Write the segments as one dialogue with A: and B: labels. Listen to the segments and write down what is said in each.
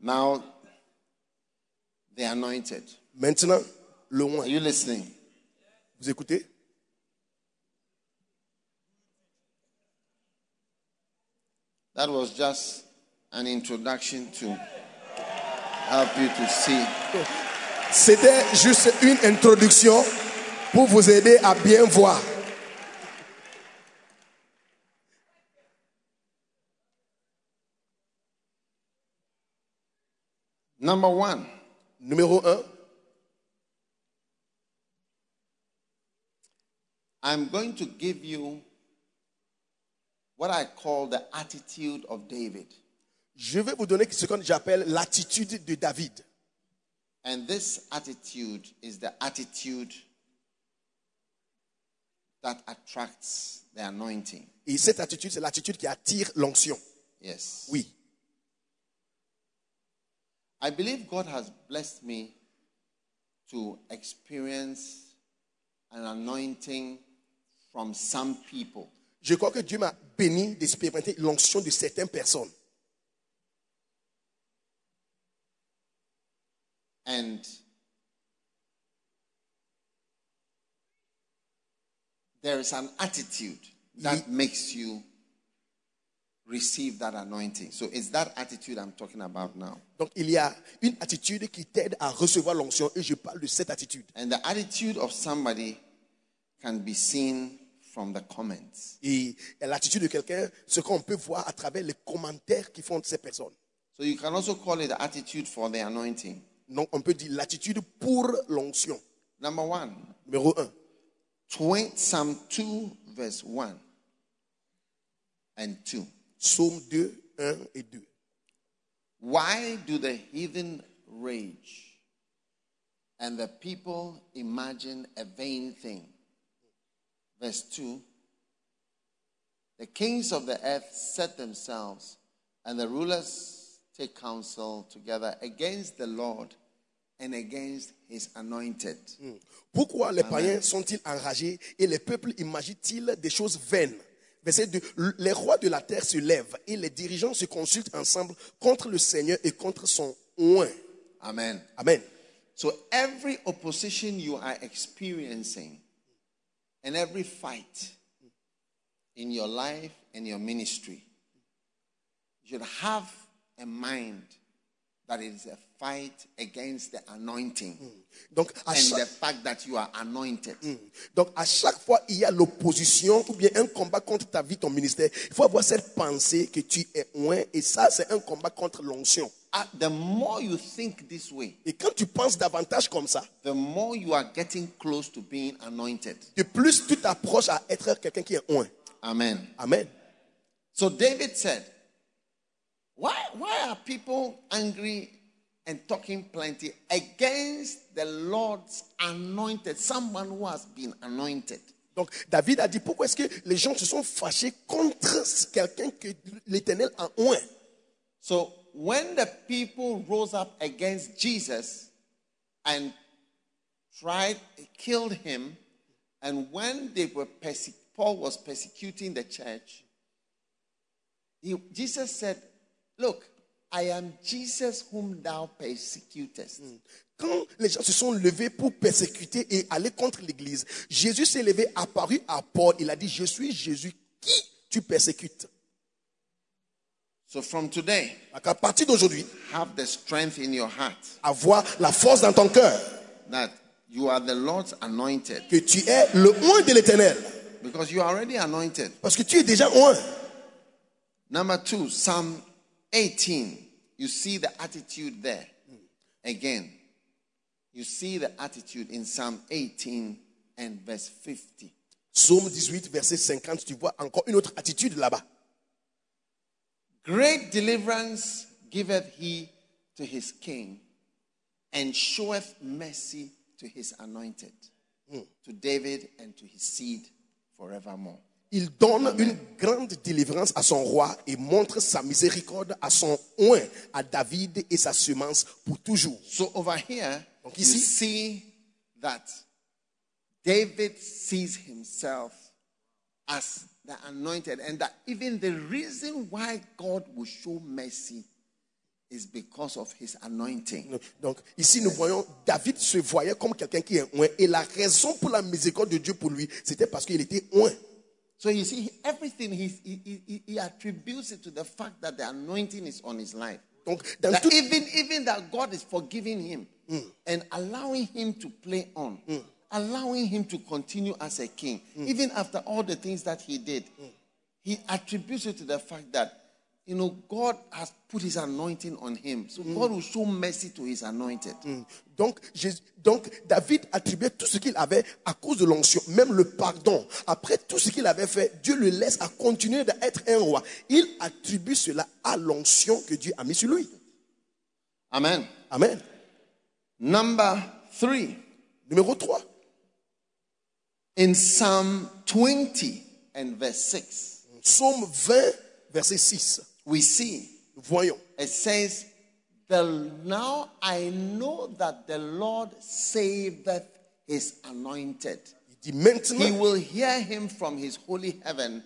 A: Now, the anointed.
B: Maintenant, le
A: Are
B: oint.
A: you listening?
B: Vous écoutez
A: That was just an introduction to help you to see.
B: C'était juste une introduction pour vous aider à bien voir.
A: Number one,
B: Numéro 1,
A: I'm going to give you what I call the attitude of David.
B: je vais vous donner ce que j'appelle l'attitude de David.
A: And this attitude is the attitude that attracts the anointing.
B: Et cette attitude, c'est l'attitude qui attire l'onction.
A: Yes.
B: Oui.
A: I believe God has blessed me to experience an anointing from some people.
B: Je crois que Dieu m'a béni d'expérimenter l'onction de certaines personnes.
A: And there is an attitude that makes you receive that anointing. So it's that attitude I'm talking about now.
B: Donc, il y a une attitude qui t'aide à recevoir l'onction. Et je parle de cette attitude.
A: And the attitude of somebody can be seen from the comments.
B: Et l'attitude de quelqu'un, ce qu'on peut voir à travers les commentaires qui font de ces personnes.
A: So you can also call it the attitude for the anointing.
B: Donc, on peut dire l'attitude pour l'onction.
A: Number one,
B: Numéro 1.
A: 20, Psalm 2, verse 1 and 2.
B: Psaume 2, 1 et 2.
A: Why do the heathen rage and the people imagine a vain thing? Verse 2 The kings of the earth set themselves, and the rulers take counsel together against the Lord and against his anointed.
B: Pourquoi les païens sont-ils enragés et les peuples imaginent-ils des choses vaines Verset 2. Les rois de la terre se lèvent et les dirigeants se consultent ensemble contre le Seigneur et contre son oint.
A: Amen.
B: Amen.
A: So every opposition you are experiencing and every fight in your life and your ministry you should have a mind that it is a fight against the anointing
B: Mm. Donc à,
A: and the
B: chaque,
A: fact that you are anointed.
B: donc à chaque fois, il y a l'opposition ou bien un combat contre ta vie, ton ministère. Il faut avoir cette pensée que tu es oint et ça, c'est un combat contre l'onction.
A: Uh, the more you think this way,
B: Et quand tu penses davantage comme ça,
A: the more you are getting close to being anointed.
B: de plus tu t'approches à être quelqu'un qui est oint.
A: Amen.
B: Amen.
A: So David said, why, why are people angry and talking plenty against the Lord's anointed, someone who has been anointed?
B: Donc David a dit pourquoi est-ce que les gens se sont fâchés contre quelqu'un que l'Éternel a oint.
A: So when the people rose up against Jesus and tried, killed him, and when they were perse- Paul was persecuting the church, he, Jesus said, Look, I am Jesus whom thou persecutest.
B: Quand les gens se sont levés pour persécuter et aller contre l'Église, Jésus s'est levé, apparu à Paul. Il a dit Je suis Jésus qui tu persécutes.
A: So from today,
B: Donc à partir d'aujourd'hui,
A: have the strength in your heart
B: avoir la force dans ton cœur
A: that you are the Lord's anointed
B: que tu es le oint de l'Éternel.
A: because you are already anointed.
B: Parce que tu es déjà oint.
A: Number two, Psalm 18. You see the attitude there. Again, you see the attitude in Psalm 18 and verse 50.
B: Psaume 18, verset 50, tu vois encore une autre attitude là-bas.
A: Great deliverance giveth he to his king and showeth mercy to his anointed, to David and to his seed forevermore.
B: Il donne une grande délivrance à son roi et montre sa miséricorde à son oint, à David et sa semence pour toujours.
A: So over here,
B: Donc
A: you
B: ici-
A: see that David sees himself as the anointed, and that even the reason why God will show mercy is because of his anointing.
B: Donc ici nous voyons David se voyait comme quelqu'un qui est oint et la raison pour la miséricorde de Dieu pour lui c'était parce qu'il était oint.
A: So you see, everything he, he, he, he attributes it to the fact that the anointing is on his life.
B: Donc dans
A: That
B: tout
A: even, even that God is forgiving him and allowing him to play on, allowing him to continue as a king, even after all the things that he did, he attributes it to the fact that, you know, God has put his anointing on him. So God will show mercy to his anointed.
B: donc, Jésus- donc David attribuait tout ce qu'il avait à cause de l'onction, même le pardon. Après tout ce qu'il avait fait, Dieu le laisse à continuer d'être un roi. Il attribue cela à l'onction que Dieu a mis sur lui.
A: Amen.
B: Amen.
A: Number three,
B: Numéro 3,
A: in Psalm 20 and verse 6,
B: psaume 20 verset 6.
A: we see
B: Voyons.
A: It says, the, Now I know that the Lord saveth his anointed.
B: Il dit
A: He
B: maintenant
A: will hear him from his holy heaven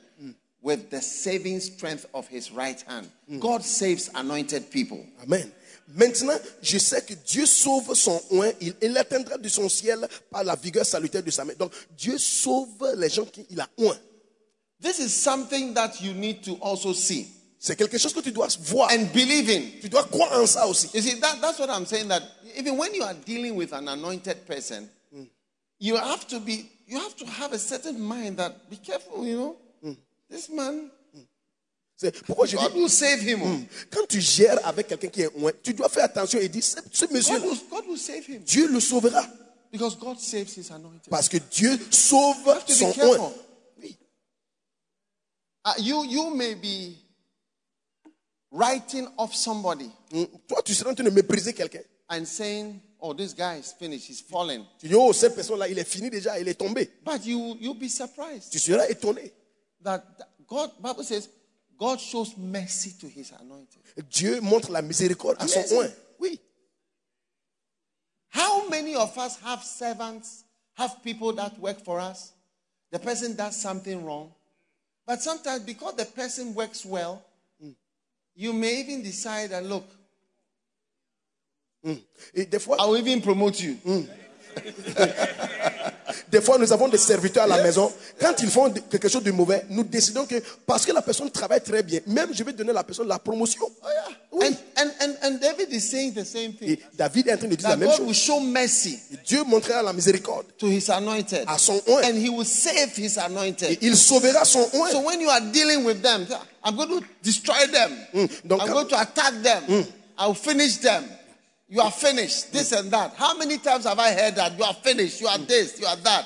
A: with the saving strength of his right hand. God saves anointed people.
B: Amen. Maintenant, je sais que Dieu sauve son oint, il, il atteindra de son ciel par la vigueur salutaire de sa main. Donc, Dieu sauve les gens qu'il a oint.
A: This is something that you need to also see
B: C'est quelque chose que tu dois voir.
A: and believe in.
B: Tu dois croire en ça aussi.
A: You see, that, that's what I'm saying. That even when you are dealing with an anointed person, you have to be, you have to have a certain mind that be careful, you know. This man,
B: C'est pourquoi je
A: God
B: dis,
A: will save him. oh.
B: quand tu gères avec quelqu'un qui est oint, tu dois faire attention et dire, ce, ce monsieur,
A: God will, God will save him
B: Dieu le sauvera.
A: because God saves his anointed.
B: Parce que Dieu sauve
A: to be
B: son
A: careful.
B: oint. Oui.
A: Uh, you, you may be writing off somebody
B: Mm. Toi, tu seras en train de mépriser quelqu'un.
A: and saying, "Oh, this guy is finished. He's fallen."
B: Tu dis, oh, cette personne-là, il est fini déjà, il est tombé.
A: But you, you'll be surprised
B: Tu seras étonné.
A: that th- God. Bible says, God shows mercy to his anointed.
B: Dieu montre la miséricorde à son
A: Amazing.
B: oint. Oui.
A: How many of us have servants, have people that work for us? The person does something wrong. But sometimes, because the person works well, mm, you may even decide that, look,
B: Et des fois,
A: I will even promote you.
B: des fois, nous avons des serviteurs à la maison. Quand ils font de- quelque chose de mauvais, nous décidons que parce que la personne travaille très bien, même je vais donner à la personne la promotion. Oui.
A: And, and, and, and David is saying the same thing.
B: Et David est en train de dire la
A: That
B: même
A: God will
B: chose.
A: show mercy
B: Et Dieu montrera la miséricorde
A: to his anointed.
B: à son oint.
A: And he will save his
B: Et
A: anointed.
B: il sauvera son
A: So
B: oint.
A: when you are dealing with them, I'm going to destroy them.
B: Donc,
A: I'm going to attack them. I'll finish them. You are finished. This and that. How many times have I heard that? You are finished. You are this. You are that.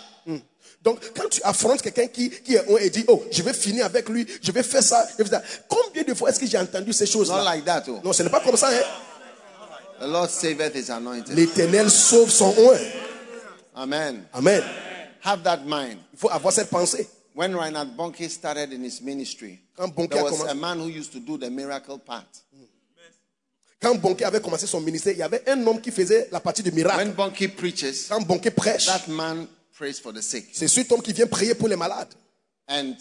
B: Donc, quand tu affrontes quelqu'un qui, qui est oint et dit, oh, je vais finir avec lui, je vais faire ça, je vais faire ça. Combien de fois est-ce que j'ai entendu ces
A: Not
B: choses-là?
A: like that. Oh.
B: Non, ce n'est pas comme ça. hein.
A: The Lord saveth his anointed.
B: L'éternel sauve son oint.
A: Amen.
B: Amen.
A: Have that mind.
B: Il faut avoir cette pensée.
A: When Reinhard Bonke started in his ministry,
B: Quand Bonnke
A: there
B: a
A: was
B: commencé-
A: a man who used to do the miracle part.
B: Quand Bonquet avait commencé son ministère, il y avait un homme qui faisait la partie du miracle.
A: When Bonke preaches,
B: Quand Bonquet prêche,
A: that man prays for the sick.
B: c'est cet homme qui vient prier pour les malades.
A: And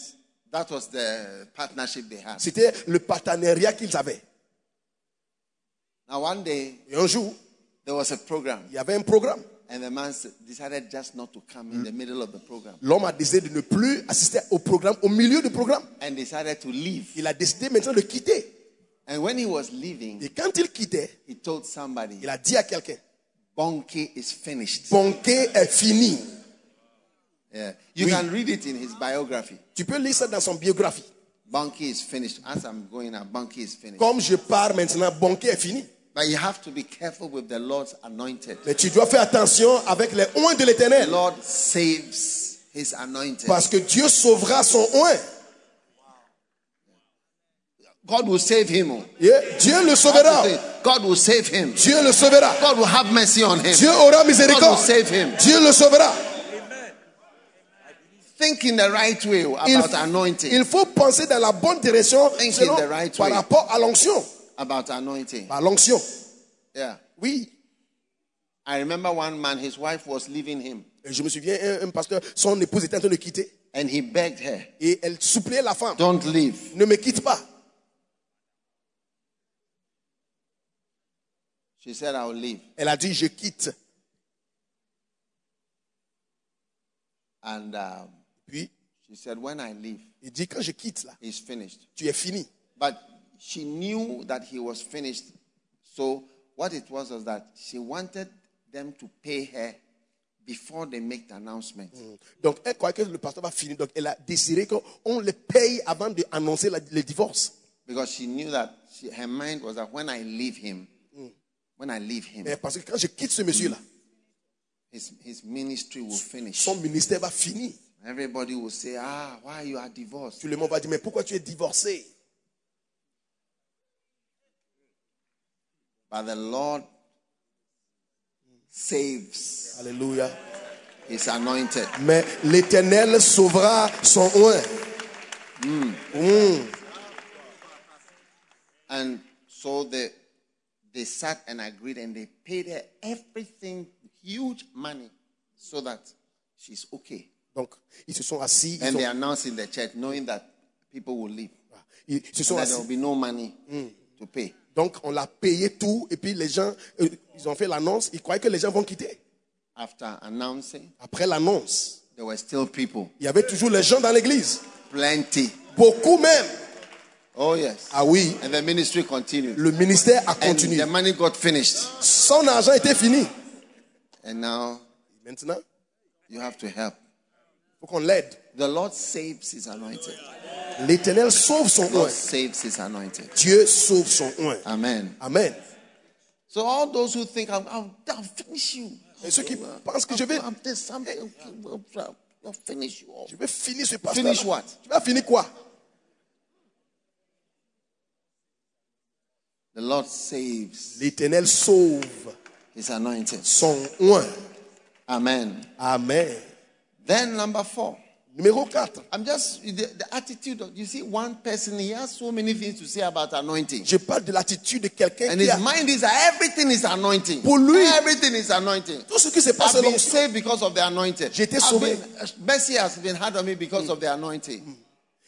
A: that was the partnership they had.
B: C'était le partenariat qu'ils avaient.
A: Now, one day,
B: Et un jour,
A: there was a program,
B: il y avait un programme.
A: and the man s- decided just not to come in the middle of the program
B: L'homme a décidé de ne plus assister au programme, au milieu du programme.
A: and decided to leave.
B: Il a décidé maintenant de quitter.
A: And when he was leaving,
B: Et quand il quittait,
A: he told somebody,
B: il a dit à quelqu'un,
A: Bonke is finished.
B: Bonquet est fini.
A: Yeah. You
B: Oui.
A: can read it in his biography.
B: Tu peux lire ça dans son biographie.
A: Bonke is finished. As I'm going now, Bonke is finished.
B: Comme je pars maintenant, Bonquet est fini.
A: But you have to be careful with the Lord's anointed.
B: Mais tu dois faire attention avec les oins de
A: The
B: l'éternel.
A: Lord saves his anointed.
B: Parce que Dieu sauvera son oint.
A: God will save him. oh.
B: Et Dieu le sauvera.
A: God will save him.
B: Dieu le sauvera.
A: God will have mercy on him.
B: Dieu aura
A: God will
B: miséricorde.
A: save him.
B: Dieu le sauvera.
A: Think in the right way oh, about
B: Il,
A: anointing.
B: il faut penser dans la bonne direction
A: Think in
B: selon-
A: the right
B: par
A: way.
B: rapport à l'onction.
A: about anointing.
B: Par l'onction.
A: Yeah.
B: Oui.
A: I remember one man, his wife was leaving him,
B: Et je me souviens, un, un pasteur, son épouse était en train de quitter.
A: and he begged her,
B: Et elle suppliait la femme.
A: Don't leave.
B: Ne me quitte pas.
A: She said, I'll leave.
B: Elle a dit, je quitte.
A: And um,
B: Puis,
A: she said, When I leave,
B: il dit, quand je quitte là,
A: it's finished.
B: tu es fini.
A: But she knew that he was finished. So what it was was that she wanted them to pay her before they make the announcement.
B: Donc, elle croyait que le pasteur va finir. Donc, elle a désiré qu'on le paye avant d'annoncer le divorce.
A: Because she knew that she, her mind was that when I leave him, when I leave him,
B: Mais parce que quand je quitte ce monsieur-là,
A: his, his ministry will finish.
B: son ministère va finir.
A: Everybody will say, ah, why you are divorced?
B: Tout le monde va dire, mais pourquoi tu es divorcé
A: But the Lord saves
B: Alléluia.
A: his anointed.
B: Mais l'éternel sauvera son oin.
A: And so they, they sat and agreed and they paid her everything, huge money, so that she's okay.
B: Donc, ils se sont assis. Ils,
A: And they
B: ont-
A: announced in the church, knowing that people will leave.
B: ils se sont
A: And that there
B: assis.
A: will be no money to pay.
B: Donc, on l'a payé tout. Et puis, les gens, euh, ils ont fait l'annonce. Ils croyaient que les gens vont quitter.
A: After announcing,
B: Après l'annonce,
A: there were still people,
B: il y avait toujours les gens dans l'église.
A: plenty.
B: Beaucoup même.
A: Oh, yes.
B: Ah oui,
A: And the ministry continued.
B: le ministère a
A: And
B: continué.
A: the money got finished.
B: Son argent était fini.
A: And now
B: Maintenant,
A: you have to help.
B: il faut qu'on l'aide.
A: The Lord saves his anointed.
B: L'éternel sauve son
A: The
B: oin.
A: Lord saves his anointed.
B: Dieu sauve son oin.
A: Amen.
B: Amen.
A: So all those who think I'll, I'll, I'll finish you,
B: Et ceux qui pensent que je vais,
A: I'll, do something, I'll, I'll- I'll finish you all.
B: je vais finir ce pasteur.
A: Finish what?
B: Tu vas finir quoi
A: The Lord saves
B: L'éternel sauve
A: His anointed.
B: son oin.
A: Amen.
B: Amen.
A: Then number four,
B: Numéro 4.
A: I'm just the, the attitude of you see one person. He has so many things to say about anointing,
B: Je parle de l'attitude de quelqu'un
A: and
B: qui
A: his
B: a
A: mind is that everything is anointing.
B: Pour lui-
A: everything is anointing.
B: tout ce qui se passe
A: I've
B: selon
A: been saved because of the anointing.
B: J'ai été
A: I've
B: "Oh." sauvé.
A: been- uh, mercy has been had on me because of the anointing.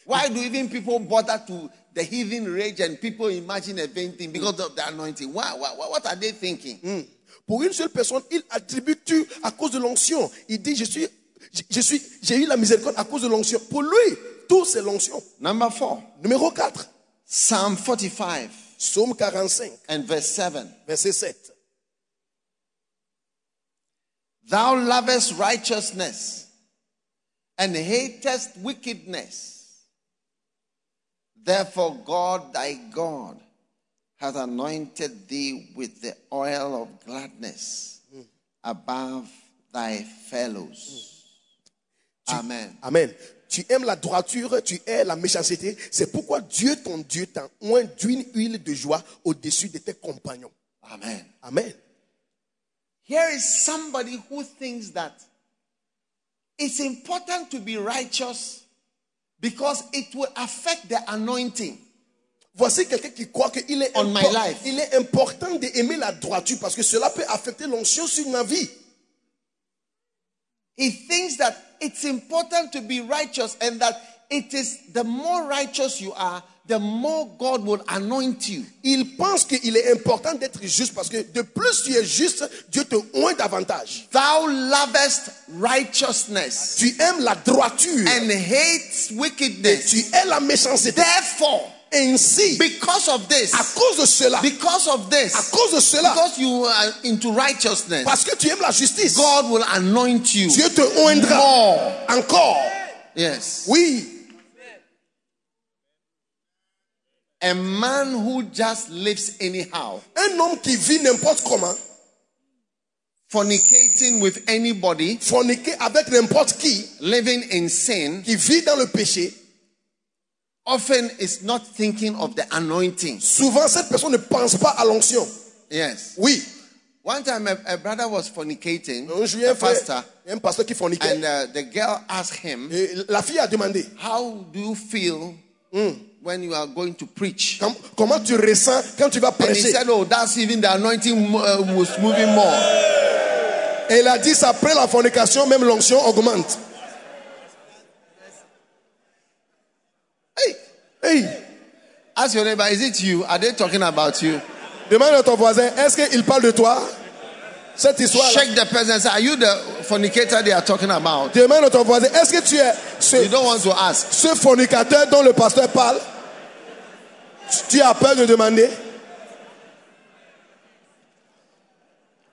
A: Why do even people bother to the heathen rage and people imagine a vain thing because of the anointing? Why, why, why- what are they thinking?
B: Pour une seule personne, il attribue tout à cause de l'onction. Il dit, je suis, je, je suis, j'ai eu la miséricorde à cause de l'onction. Pour lui, tout c'est l'onction.
A: Number four,
B: Numéro 4,
A: Psalm 45
B: Psaume 45,
A: and verse 7.
B: verset 7.
A: Thou lovest righteousness and hatest wickedness. Therefore, God thy God hath anointed thee with the oil of gladness above thy fellows. Amen.
B: Amen. Tu aimes la droiture, tu hais la méchanceté. C'est pourquoi Dieu, ton Dieu, t'a oint d'une huile de joie au-dessus de tes compagnons.
A: Amen.
B: Amen.
A: Here is somebody who thinks that it's important to be righteous because it will affect the anointing.
B: Voici quelqu'un qui croit qu'il est,
A: On my
B: impor-
A: life.
B: il est important d'aimer la droiture parce que cela peut affecter l'onction sur ma vie.
A: He thinks that it's important to be righteous and that it is the more righteous you are, the more God will anoint you.
B: Il pense qu'il est important d'être juste parce que de plus tu es juste, Dieu te oint davantage.
A: Thou lovest righteousness
B: Tu aimes la droiture
A: and hates
B: et
A: wickedness.
B: tu hais la méchanceté.
A: Therefore,
B: Ainsi,
A: because of
B: à
A: this,
B: cause de cela,
A: because of
B: à
A: this,
B: cause de cela,
A: because you are into righteousness,
B: parce que tu aimes la justice,
A: God will anoint you
B: Dieu te oindra
A: more.
B: encore.
A: Yes.
B: Oui,
A: A man who just lives anyhow,
B: un homme qui vit n'importe comment,
A: fornicating with anybody,
B: forniqué avec n'importe qui,
A: living in sin,
B: qui vit dans le péché,
A: often is not thinking of the anointing.
B: souvent cette personne ne pense pas à l'onction.
A: Yes.
B: Oui,
A: One time a, a brother was fornicating,
B: un jour, il y a
A: a
B: un frère-
A: pastor,
B: un pasteur qui forniquait.
A: and uh, the girl asked him,
B: Et la fille a demandé,
A: How do you feel when you are going to preach?
B: Com- Comment tu ressens quand tu vas
A: And he
B: prêcher
A: said, Oh, that's even the anointing mo- uh, was moving more.
B: Elle a dit, ça, après la fornication, même l'onction augmente. Hey, hey,
A: Ask your neighbor, Is it you? Are they talking about you?
B: Demande à ton voisin, est-ce qu'il parle de toi Cette histoire-là.
A: Check the person and say, Are you the fornicator they are talking about?
B: Demande à ton voisin, est-ce que tu es
A: You
B: ce,
A: don't want to ask.
B: ce fornicateur dont le pasteur parle Tu- Tu as peur de demander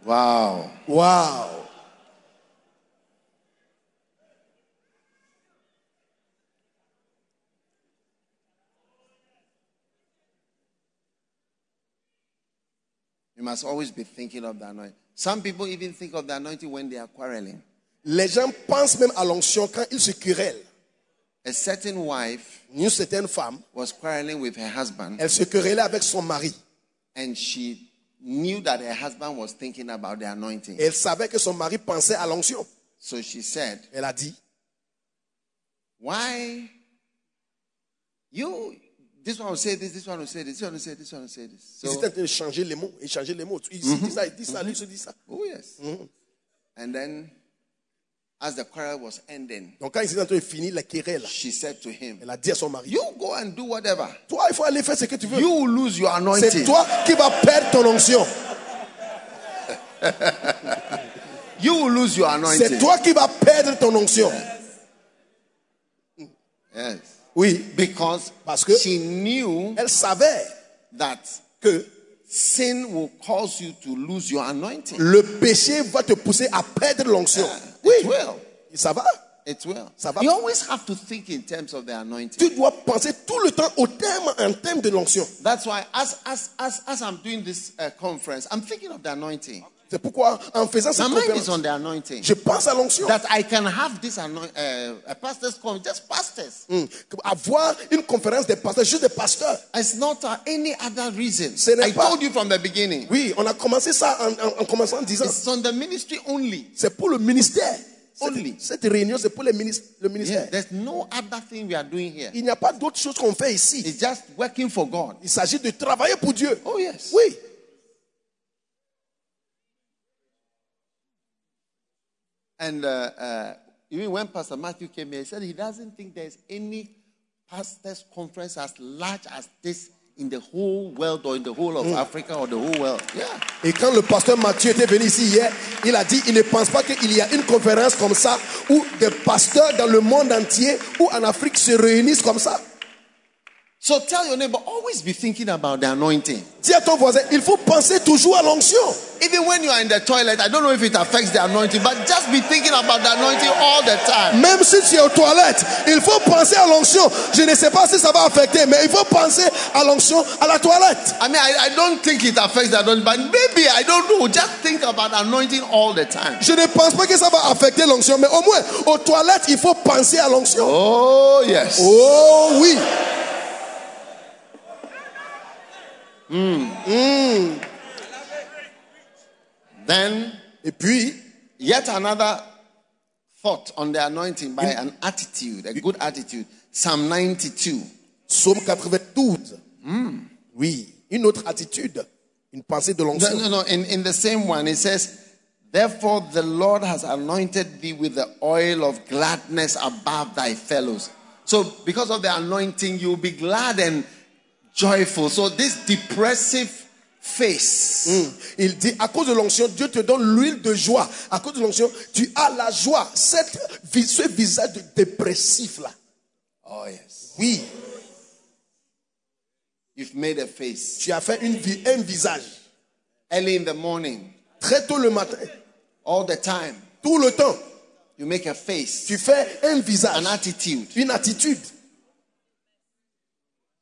A: Wow.
B: Waouh
A: You must always be thinking of the anointing. Some people even think of the anointing when they are quarreling.
B: Les gens pensent même à l'onction quand ils se querellent.
A: A certain wife
B: Une certaine femme,
A: was quarreling with her husband,
B: elle se querellait avec son mari.
A: and she knew that her husband was thinking about the anointing.
B: Elle savait que son mari pensait à l'onction.
A: So she said,
B: Elle a dit,
A: Why you this one will say this, this one will say this, this one will say this, this one will say this.
B: ils
A: So
B: étaient en train de changer les mots. Ils changeaient les mots. Ils se disent ça, ils disent ça, lui se dit ça.
A: oh yes. And then as the quarrel was ending,
B: Donc quand ils étaient en train de finir la querelle,
A: she said to him,
B: elle a dit à son mari,
A: You go and do whatever.
B: toi, il faut aller faire ce que tu veux.
A: You will lose your
B: C'est
A: anointing.
B: toi qui vas perdre ton onction.
A: You will lose your
B: C'est
A: anointing.
B: toi qui vas perdre ton onction.
A: Yes.
B: Oui,
A: Because
B: Parce que-
A: she knew
B: elle savait
A: that
B: que
A: sin will cause you to lose your anointing.
B: le péché va te pousser à perdre l'onction.
A: It
B: Oui,
A: will.
B: ça va.
A: It will.
B: Ça va.
A: You always have to think in terms of the anointing.
B: Tu dois penser tout le temps au thème, en thème de l'onction.
A: That's why, as as as as I'm doing this uh, conference, I'm thinking of the anointing.
B: C'est pourquoi, en faisant cette
A: My mind is
B: conférence,
A: on the anointing.
B: je pense à l'onction.
A: That I can have this anointing, uh, a pastor's conference, just pastors.
B: Hum, Avoir une conférence des pasteurs, juste des pasteurs.
A: It's not uh, any other reason.
B: Ce n'est
A: I
B: pas-
A: told you from the beginning.
B: Oui, on a commencé ça en, en- en commençant en disant,
A: It's on the ministry only.
B: c'est pour le ministère.
A: Only.
B: Cette, cette réunion, c'est pour les minis-
A: Yeah,
B: le ministère.
A: there's no other thing we are doing here.
B: Il n'y a pas d'autre chose qu'on fait ici.
A: It's just working for God.
B: Il s'agit de travailler pour Dieu.
A: Oh, yes.
B: Oui.
A: And uh, uh, even when Pastor Matthew came here, he said he doesn't think there's any pastors' conference as large as this in the whole world or in the whole of Africa or the whole world. Yeah.
B: Et quand le pasteur Mathieu était venu ici hier, il a dit, il ne pense pas qu'il y a une conférence comme ça où des pasteurs dans le monde entier ou en Afrique se réunissent comme ça.
A: So tell your neighbor, always be thinking about the anointing.
B: Dis à ton voisin, il faut penser toujours à l'onction.
A: Even when you are in the toilet, I don't know if it affects the anointing, but just be thinking about the anointing all the time.
B: Même si tu es aux toilettes, il faut penser à l'onction. Je ne sais pas si ça va affecter, mais il faut penser à l'onction à la toilette.
A: I mean, I, I don't think it affects the anointing, but maybe I don't know. Just think about anointing all the time.
B: Je ne pense pas que ça va affecter l'onction, mais au moins, aux toilettes, il faut penser à l'onction.
A: Oh, yes.
B: Oh oui,
A: Then,
B: Et puis,
A: yet another thought on the anointing by an attitude, a good attitude. Psalm 92.
B: psaume 92. Oui, une autre attitude, une pensée de
A: No,
B: l'onction.
A: no, no. In, in the same one, it says, Therefore the Lord has anointed thee with the oil of gladness above thy fellows. So, because of the anointing, you'll be glad and joyful. So, this depressive face,
B: Mm. Il dit, à cause de l'onction, Dieu te donne l'huile de joie. À cause de l'onction, tu as la joie. Cette, vis- ce visage de- dépressif là.
A: oh, yes,
B: Oui,
A: you've made a face.
B: tu as fait une, vi- un visage.
A: Early in the morning,
B: Très tôt le matin,
A: all the time,
B: tout le temps,
A: you make a face,
B: tu fais un visage,
A: an attitude.
B: une attitude.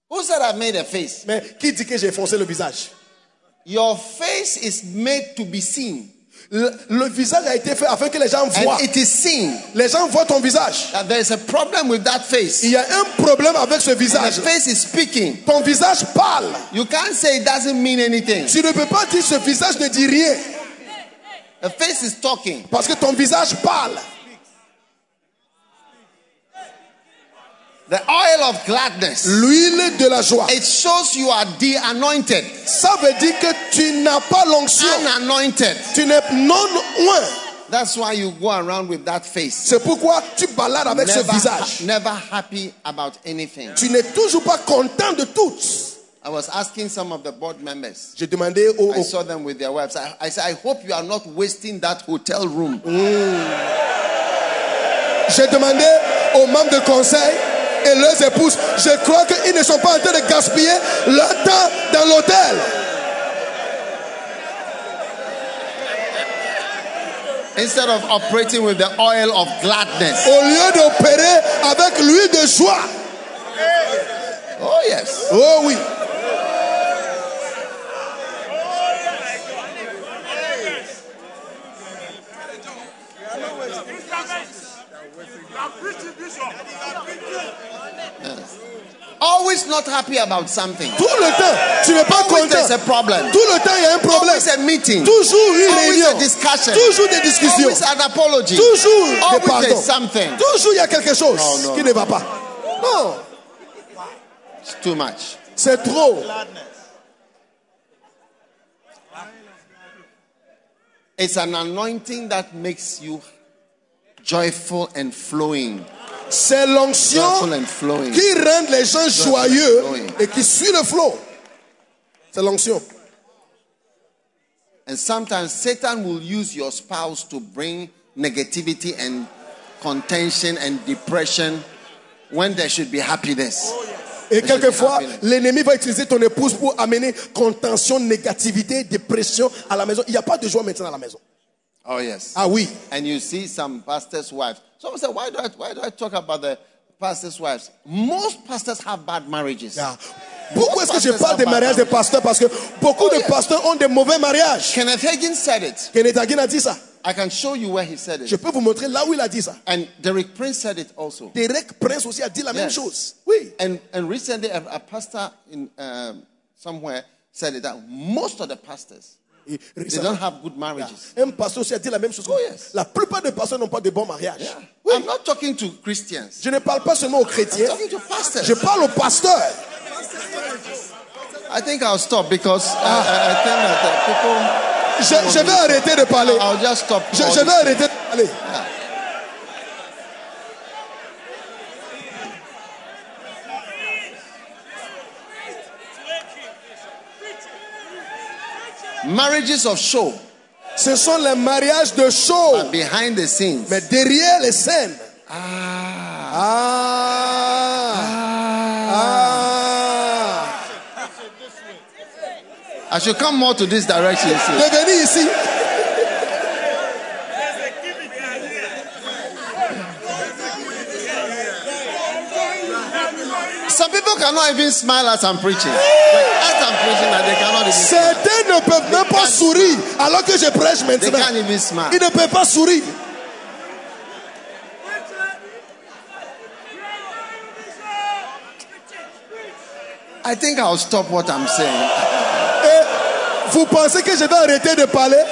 A: Who said I made a face?
B: Mais qui dit que j'ai foncé le visage
A: Your face is made to be seen,
B: le, le visage a été fait afin que les gens
A: and
B: voient.
A: it is seen.
B: Les gens voient ton visage.
A: That there is a problem with that face.
B: Il y a un problème avec ce
A: The
B: visage.
A: face is speaking.
B: Ton visage parle.
A: You can't say it doesn't mean anything.
B: Tu ne peux pas dire ce visage ne dit rien
A: The face is talking.
B: parce que ton visage parle.
A: The oil of gladness.
B: L'huile de la joie.
A: It shows you are de anointed,
B: Ça veut dire que tu n'as pas l'onction.
A: unanointed.
B: Tu n'es non loin.
A: That's why you go around with that face.
B: C'est pourquoi tu balades avec ce
A: Never,
B: visage.
A: never happy about anything.
B: Tu n'es toujours pas content de tout.
A: I was asking some of the board members.
B: Je demandais aux,
A: I
B: aux-
A: saw them with their wives. I, I said, I hope you are not wasting that hotel room.
B: j'ai demandé aux membres de conseil et leurs épouses, je crois qu'ils ne sont pas en train de gaspiller leur temps dans l'hôtel.
A: Instead of operating with the oil of gladness.
B: Au lieu d'opérer avec l'huile de joie.
A: Oh, yes.
B: Oh oui.
A: Always not happy about something.
B: Tout le temps, tu n'es pas
A: Always
B: content.
A: there's a problem.
B: Tout le temps, il y a un problème.
A: Always a Oh meeting.
B: Toujours une
A: Always a
B: réunion.
A: discussion. Oh
B: Toujours des discussions.
A: Always an apology.
B: Toujours des
A: Always
B: pardons.
A: there's Oh something.
B: Toujours il y a quelque chose
A: Non, non,
B: qui
A: non.
B: ne va pas. Non,
A: It's too much.
B: c'est trop.
A: It's an anointing that makes you joyful and flowing.
B: C'est l'onction
A: Joyful and flowing.
B: qui rend les gens joyeux et qui suit le flot. C'est l'onction.
A: And sometimes Satan will use your spouse to bring negativity and contention and depression when there should be happiness.
B: Et
A: should be
B: quelquefois,
A: happiness.
B: l'ennemi va utiliser ton épouse pour amener contention, négativité, dépression à la maison. Il n'y a pas de joie maintenant à la maison.
A: Oh, yes.
B: Ah oui.
A: And you see some pastors' wives. Someone said, why do, I, why do I talk about the pastors' wives? Most pastors have bad marriages.
B: Ah. Pourquoi est-ce que je parle des
A: Pasteurs,
B: mariages des pasteurs Parce que beaucoup de
A: Oh, yeah.
B: pasteurs ont des mauvais mariages.
A: Kenneth Hagin said it.
B: Kenneth Hagin a dit ça.
A: I can show you where he said
B: Je
A: it.
B: peux vous montrer là où il a dit ça.
A: And Derek Prince said it also.
B: Derek Prince aussi a dit la même
A: Yes.
B: chose. Oui.
A: And, and recently, a, a pastor in um, somewhere said it that most of the pastors
B: Et
A: they
B: récemment,
A: don't have good marriages.
B: un pasteur aussi a dit la même chose.
A: Oh, yes.
B: La plupart des pasteurs n'ont pas de bons mariages. Oui.
A: I'm not talking to Christians.
B: Je ne parle pas seulement aux
A: I'm
B: chrétiens.
A: talking to pastors.
B: Je parle aux pasteurs.
A: I think I'll stop because I, I, I think that
B: Je, je vais arrêter de
A: the
B: parler.
A: people. I'll just stop.
B: Je,
A: all
B: je vais
A: this.
B: arrêter de parler.
A: Marriages of show
B: Ce sont les mariages de show,
A: are behind the scenes.
B: mais derrière les scènes.
A: Ah,
B: Ah. Ah.
A: I should come more to this direction. you see.
B: De venir ici.
A: Some people cannot even smile as I'm preaching. Like, as I'm preaching, that they cannot even smile.
B: Certains ne peuvent même pas sourire alors que je prêche
A: They
B: maintenant.
A: can't even smile.
B: Ils ne peuvent pas sourire.
A: I think I'll stop what I'm saying.
B: Et vous pensez que je vais arrêter de parler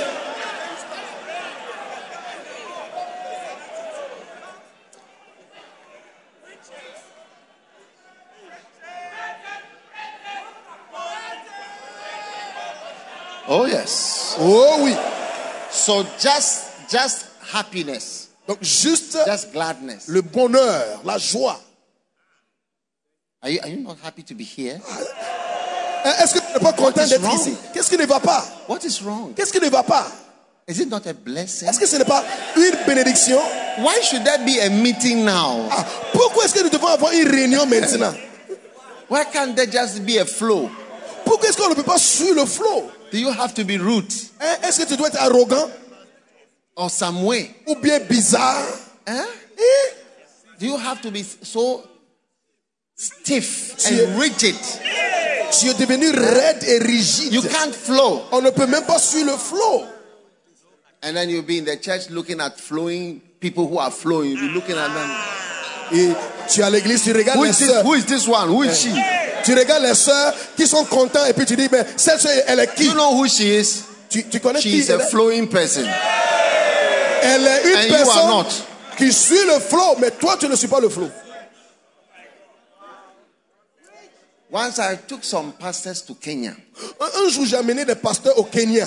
A: Oh yes.
B: Oh oui.
A: So just just happiness,
B: Donc juste
A: just gladness.
B: le bonheur, la joie.
A: Are you, are you not happy to be here?
B: Hein, Est-ce que tu n'es pas content
A: is
B: d'être
A: wrong?
B: ici Qu'est-ce qui ne va pas
A: What is wrong?
B: Qu'est-ce qui ne va pas
A: Is it not a blessing?
B: Est-ce que ce n'est pas une bénédiction
A: Why should there be a meeting now?
B: Ah, Pourquoi est-ce que nous devons avoir une réunion maintenant
A: Why can't there just be a flow?
B: Pourquoi est-ce qu'on ne peut pas suivre le flot
A: Do you have to be rude
B: Hein, Est-ce que tu dois être arrogant
A: or some way?
B: ou bien bizarre
A: Huh?
B: Hein
A: Eh? Do you have to be so stiff
B: See-
A: and rigid?
B: Tu es devenu raide et rigide.
A: You can't flow.
B: On ne peut même pas suivre le flot.
A: And then you'll be in the church looking at flowing people who are flowing. You'll be looking at them.
B: Et tu es à l'église, tu regardes
A: Who
B: les
A: is this,
B: sœurs.
A: who is this one? Who is she?
B: Tu regardes les sœurs qui sont contents et puis tu dis, mais cette sœur, elle est
A: Do
B: qui
A: you know who she is?
B: tu, tu connais
A: She
B: qui
A: is a
B: elle est
A: flowing person.
B: Elle est
A: And
B: une
A: you are
B: personne
A: not.
B: qui suit le flot, mais toi, tu ne suis pas le flot.
A: Once I took some pastors to Kenya,
B: Un, un jour, j'ai amené des pasteurs au Kenya.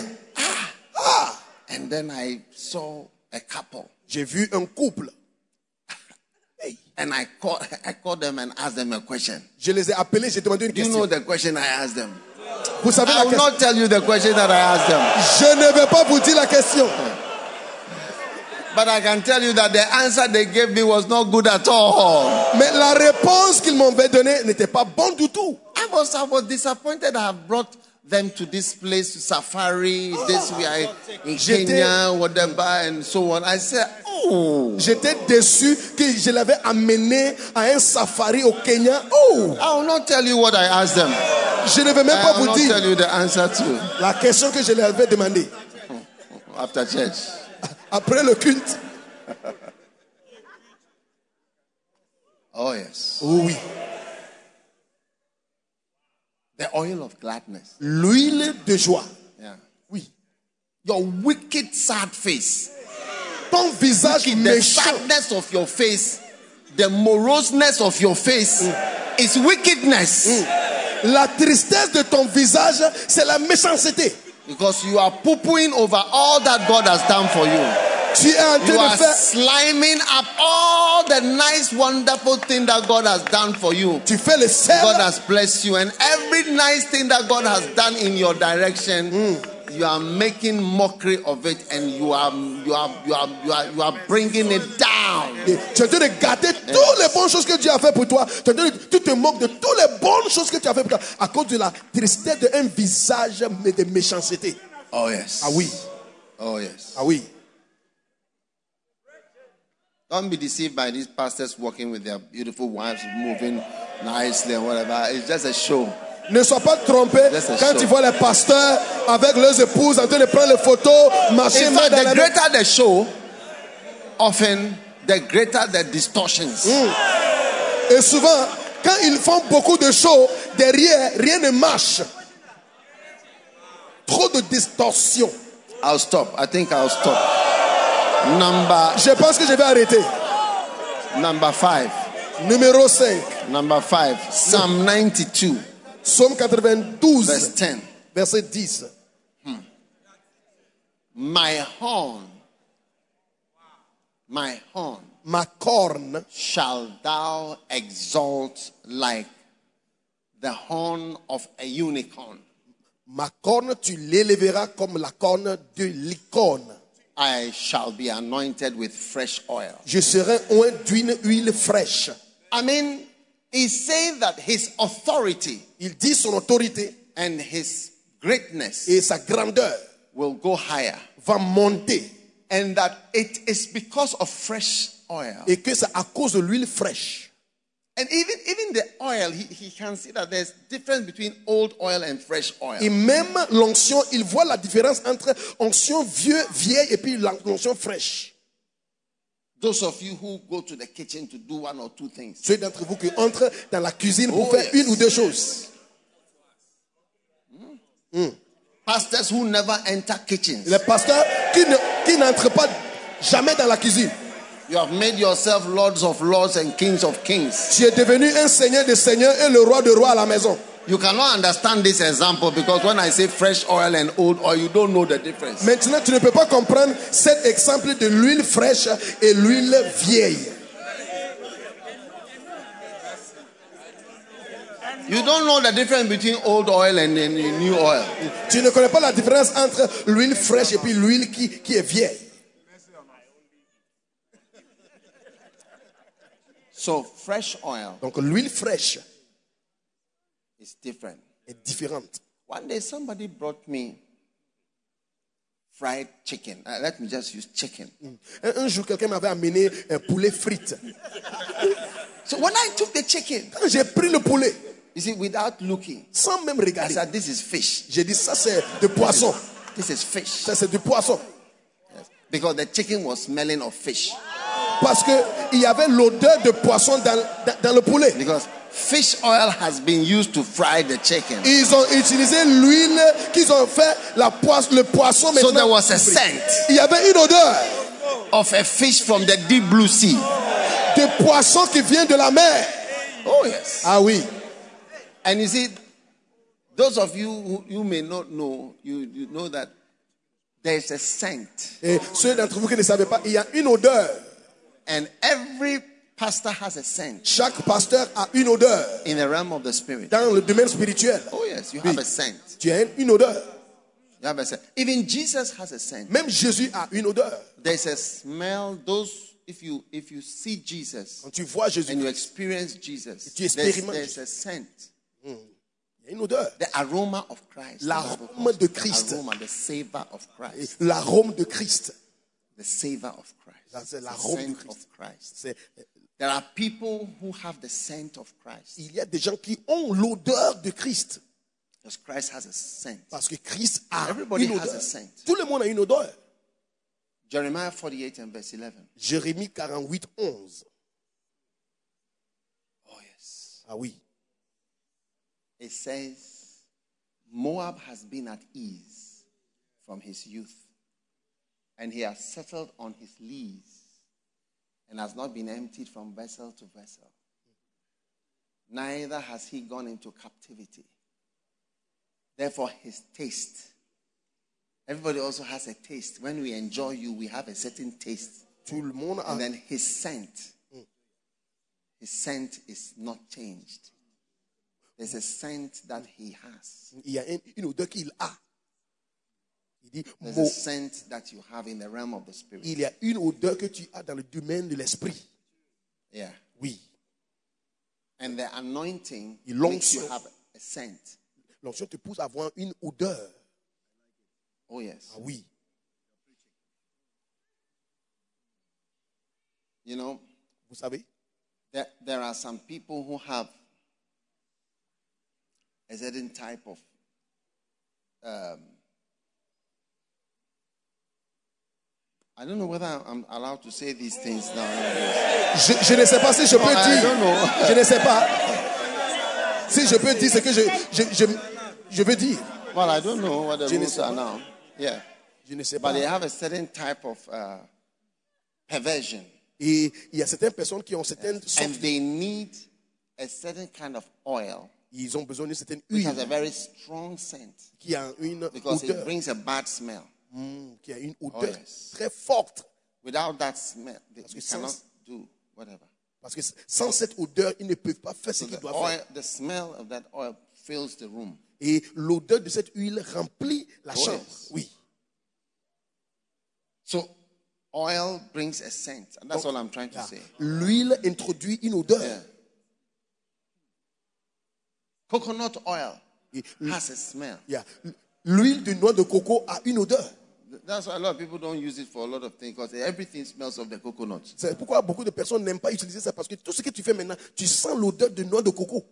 A: and then I saw a couple.
B: J'ai vu un couple. Hey.
A: And I called, I called them and asked them a question.
B: Je les ai appelés, j'ai demandé une
A: Do you
B: question.
A: know the question I asked them?
B: Vous savez
A: I
B: la
A: will
B: question.
A: not tell you the question that I asked them,
B: Je ne vais pas vous dire la question.
A: but I can tell you that the answer they gave me was not good at all.
B: Mais la réponse qu'ils m'avaient donnée n'était pas bonne du tout.
A: I was, I was disappointed. I have brought them to this place, safari, this we are in
B: J'étais-
A: Kenya, whatever, and so on. I said, oh,
B: J'étais déçu que je l'avais amené à un safari au Kenya. Oh,
A: I will not tell you what I asked them.
B: je ne vais même
A: I
B: pas
A: will
B: vous
A: not
B: dire
A: tell you the answer to
B: la question que je leur avais demandée
A: after church.
B: après le culte.
A: Oh, yes.
B: Oh oui,
A: The oil of gladness.
B: l'huile de joie.
A: Yeah.
B: Oui,
A: Your wicked, sad face.
B: ton visage
A: The
B: méchant,
A: sadness of your face, the moroseness of your face is wickedness
B: la tristesse de ton visage, c'est la méchanceté.
A: because you are poo-pooing over all that God has done for you.
B: Tu es en
A: You
B: train
A: are
B: de faire,
A: sliming up all the nice, wonderful thing that God has done for you.
B: tu fais le sel.
A: God has blessed you, and every nice thing that God has done in your direction, you are making mockery of it, and you are you are you are you are, you are bringing it down.
B: Et Tu es en train de gâter toutes les bonnes choses que Dieu a fait pour toi. Tu, es en train de- tu te moques de toutes les bonnes choses que tu as fait pour toi à cause de la tristesse d'un visage mais de méchanceté.
A: Oh yes.
B: Ah oui,
A: Oh yes.
B: ah oui.
A: Don't be deceived by these pastors walking with their beautiful wives, moving nicely and whatever. It's just a show.
B: Ne sois pas trompé
A: That's a
B: quand
A: show.
B: tu vois les pasteurs avec leurs épouses en train de prendre les photos, marcher
A: In
B: main
A: fact,
B: dans la
A: the
B: main.
A: greater the show, often the greater the distortions.
B: Hmm. Et souvent, quand ils font beaucoup de choses, derrière, rien ne marche. Trop de distorsion.
A: I'll stop. I think I'll stop. Number
B: Je pense que je vais arrêter.
A: number five.
B: Numéro 5,
A: Number five. Psalm 92,
B: Somme 92,
A: verse 10.
B: verset 10.
A: My horn, my horn
B: Ma corne
A: shall thou exalt like the horn of a unicorn.
B: Ma corne, tu l'élèveras comme la corne de l'icône.
A: I shall be anointed with fresh oil.
B: Je serai oint d'une huile fraîche.
A: I mean, he said that his authority
B: Il dit son autorité
A: and his greatness
B: et sa grandeur
A: will go higher.
B: va monter.
A: And that it is because of fresh oil.
B: Et que c'est à cause de l'huile fraîche.
A: And even, even the oil, he, he can see that there's difference between old oil and fresh oil.
B: Et même l'onction, il voit la différence entre onction vieux, vieille et puis l'onction fraîche.
A: Those of you who go to the kitchen to do one or two things,
B: Ceux d'entre vous qui entrent dans la cuisine pour
A: Oh,
B: faire
A: yes.
B: une ou deux choses.
A: pastors who never enter kitchens,
B: Les pasteurs qui ne- qui n'entrent pas jamais dans la cuisine.
A: you have made yourself lords of lords and kings of kings.
B: Tu es devenu un seigneur des seigneurs et le roi de rois à la maison.
A: You cannot understand this example because when I say fresh oil and old oil, you don't know the difference.
B: Maintenant, tu ne peux pas comprendre cet exemple de l'huile fraîche et l'huile vieille.
A: You don't know the difference between old oil and, and new oil.
B: Tu ne connais pas la différence entre l'huile fraîche et puis l'huile qui, qui est vieille.
A: So fresh oil
B: Donc l'huile fraîche
A: is different.
B: est différente.
A: One day somebody brought me fried chicken. Uh, let me just use chicken.
B: Un, un jour, quelqu'un m'avait amené un poulet frite.
A: So when I took the chicken,
B: Quand j'ai pris le poulet,
A: you see, without looking,
B: sans même
A: I
B: regarder,
A: said, "This is fish.
B: j'ai dit ça c'est du poisson.
A: This is fish."
B: Ça c'est du poisson.
A: Yes. Because the chicken was smelling of fish.
B: Parce qu'il y avait l'odeur de poisson dans, dans- dans le poulet.
A: Because fish oil has been used to fry the chicken.
B: Ils ont utilisé l'huile qu'ils ont fait la poisse- le poisson
A: So there
B: maintenant.
A: was a scent
B: Il y avait une odeur
A: of a fish from the deep blue sea.
B: de poisson qui vient de la mer.
A: Oh yes.
B: Ah oui.
A: And you see, those of you who you may not know, you, you know that there's a scent.
B: Et ceux d'entre vous qui ne savez pas, il y a une odeur.
A: And every pastor has a scent
B: Chaque pasteur a une odeur
A: in the realm of the spirit.
B: dans le domaine spirituel.
A: Oh, yes, you
B: Oui.
A: have a scent.
B: Tu as une- une odeur.
A: You have a scent. Even Jesus has a scent.
B: Même Jésus a une odeur.
A: There's a smell. Those if you if you see Jesus
B: Quand tu vois Jésus,
A: and you experience Jesus,
B: Tu
A: there's,
B: expérimentes.
A: there's a scent.
B: il y a une odeur.
A: The aroma of Christ. the Bible
B: L'arôme
A: calls
B: de
A: it. The
B: Christ.
A: Aroma, the savor of Christ.
B: L'arôme de Christ.
A: The savor of Christ.
B: That's the
A: the
B: aroma
A: scent
B: of Christ.
A: of Christ.
B: C'est-
A: There are people who have the scent of Christ.
B: Il y a des gens qui ont l'odeur de Christ.
A: Because Christ has a scent.
B: Parce que Christ a
A: Everybody
B: une
A: has
B: odeur.
A: a scent.
B: Tout le monde a une odeur.
A: Jeremiah 48 and verse 11.
B: Jérémie 48, 11.
A: Oh, yes.
B: Ah oui.
A: It says, Moab has been at ease from his youth, and he has settled on his lees, and has not been emptied from vessel to vessel. Neither has he gone into captivity. Therefore, his taste. Everybody also has a taste. When we enjoy you, we have a certain taste.
B: Tout le monde a.
A: And then his scent. His scent is not changed. There's a scent that he has.
B: Il y a un- une odeur qu'il a. Il dit
A: There's
B: Mo-
A: a scent that you have in the realm of the spirit.
B: il y a une odeur que tu as dans le domaine de l'esprit.
A: Yeah.
B: Oui.
A: And the anointing
B: Il l'onction.
A: makes you have a scent.
B: L'onction te pousse à avoir une odeur.
A: Oh, yes.
B: Ah oui.
A: You know,
B: Vous savez
A: there, there are some people who have a certain type of um, I don't know whether I'm allowed to say these things now.
B: je, je ne sais pas si je peux
A: I don't
B: dire.
A: know.
B: Je ne sais pas. Si je peux dire ce que je, je, je, je veux dire.
A: Well, I don't know what the
B: Je ne
A: rules
B: sais
A: are
B: pas.
A: now. Yeah.
B: Je ne sais pas.
A: But they have a certain type of uh, perversion.
B: Et il y a certaines personnes qui ont certaines sortes-
A: And they need a certain kind of oil,
B: Ils ont besoin d'une certaine
A: which has a
B: huile
A: very strong scent,
B: qui a une
A: because it
B: odeur,
A: brings a bad smell.
B: Mm, qui a une odeur
A: Oh, yes.
B: très forte.
A: Without that smell, they,
B: Parce
A: they
B: que sans-
A: cannot do whatever.
B: Parce que sans cette odeur, ils ne peuvent pas faire ce
A: So
B: qu'ils
A: the,
B: doivent faire.
A: oil, the smell of that oil fills the room.
B: Et l'odeur de cette huile remplit la
A: Oh,
B: chambre.
A: yes.
B: Oui.
A: So oil brings a scent, and that's
B: Donc,
A: all I'm trying to
B: là,
A: say.
B: L'huile introduit une odeur.
A: Yeah. Coconut oil
B: Et l-
A: has a smell.
B: yeah. L'huile de noix de coco a une odeur.
A: That's why a lot of people don't use it for a lot of things because everything smells of the coconut.
B: C'est pourquoi beaucoup de personnes n'aiment pas utiliser ça parce que tout ce que tu fais maintenant, tu sens l'odeur de noix de coco.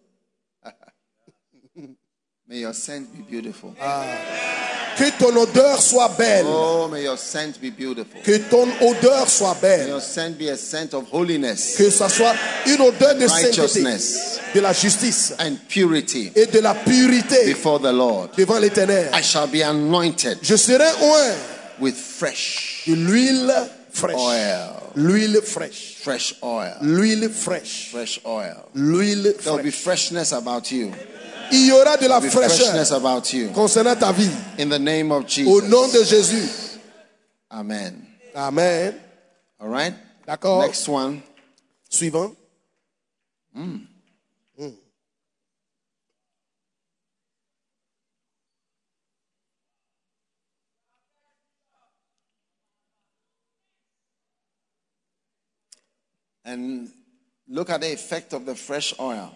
A: May your scent be beautiful.
B: Que ton odeur soit belle.
A: Oh, may your scent be beautiful.
B: Que ton odeur soit
A: May
B: belle.
A: your scent be a scent of holiness
B: Que ça soit une odeur de sainteté,
A: Righteousness.
B: de la justice
A: and purity
B: et de la purité
A: before the Lord.
B: devant l'éternel.
A: I shall be anointed
B: Je serai oint
A: with fresh
B: de l'huile fraîche.
A: oil.
B: L'huile fraîche.
A: Fresh oil.
B: L'huile fraîche.
A: Fresh oil.
B: L'huile
A: There will be
B: fraîche.
A: freshness about you.
B: Il y aura de la
A: There will be
B: fraîcheur
A: freshness about you.
B: concernant ta vie.
A: In the name of
B: Au nom
A: Jesus.
B: de Jésus.
A: Amen.
B: Amen.
A: All right?
B: D'accord.
A: Next one.
B: Suivant.
A: And look at the effect of the fresh oil.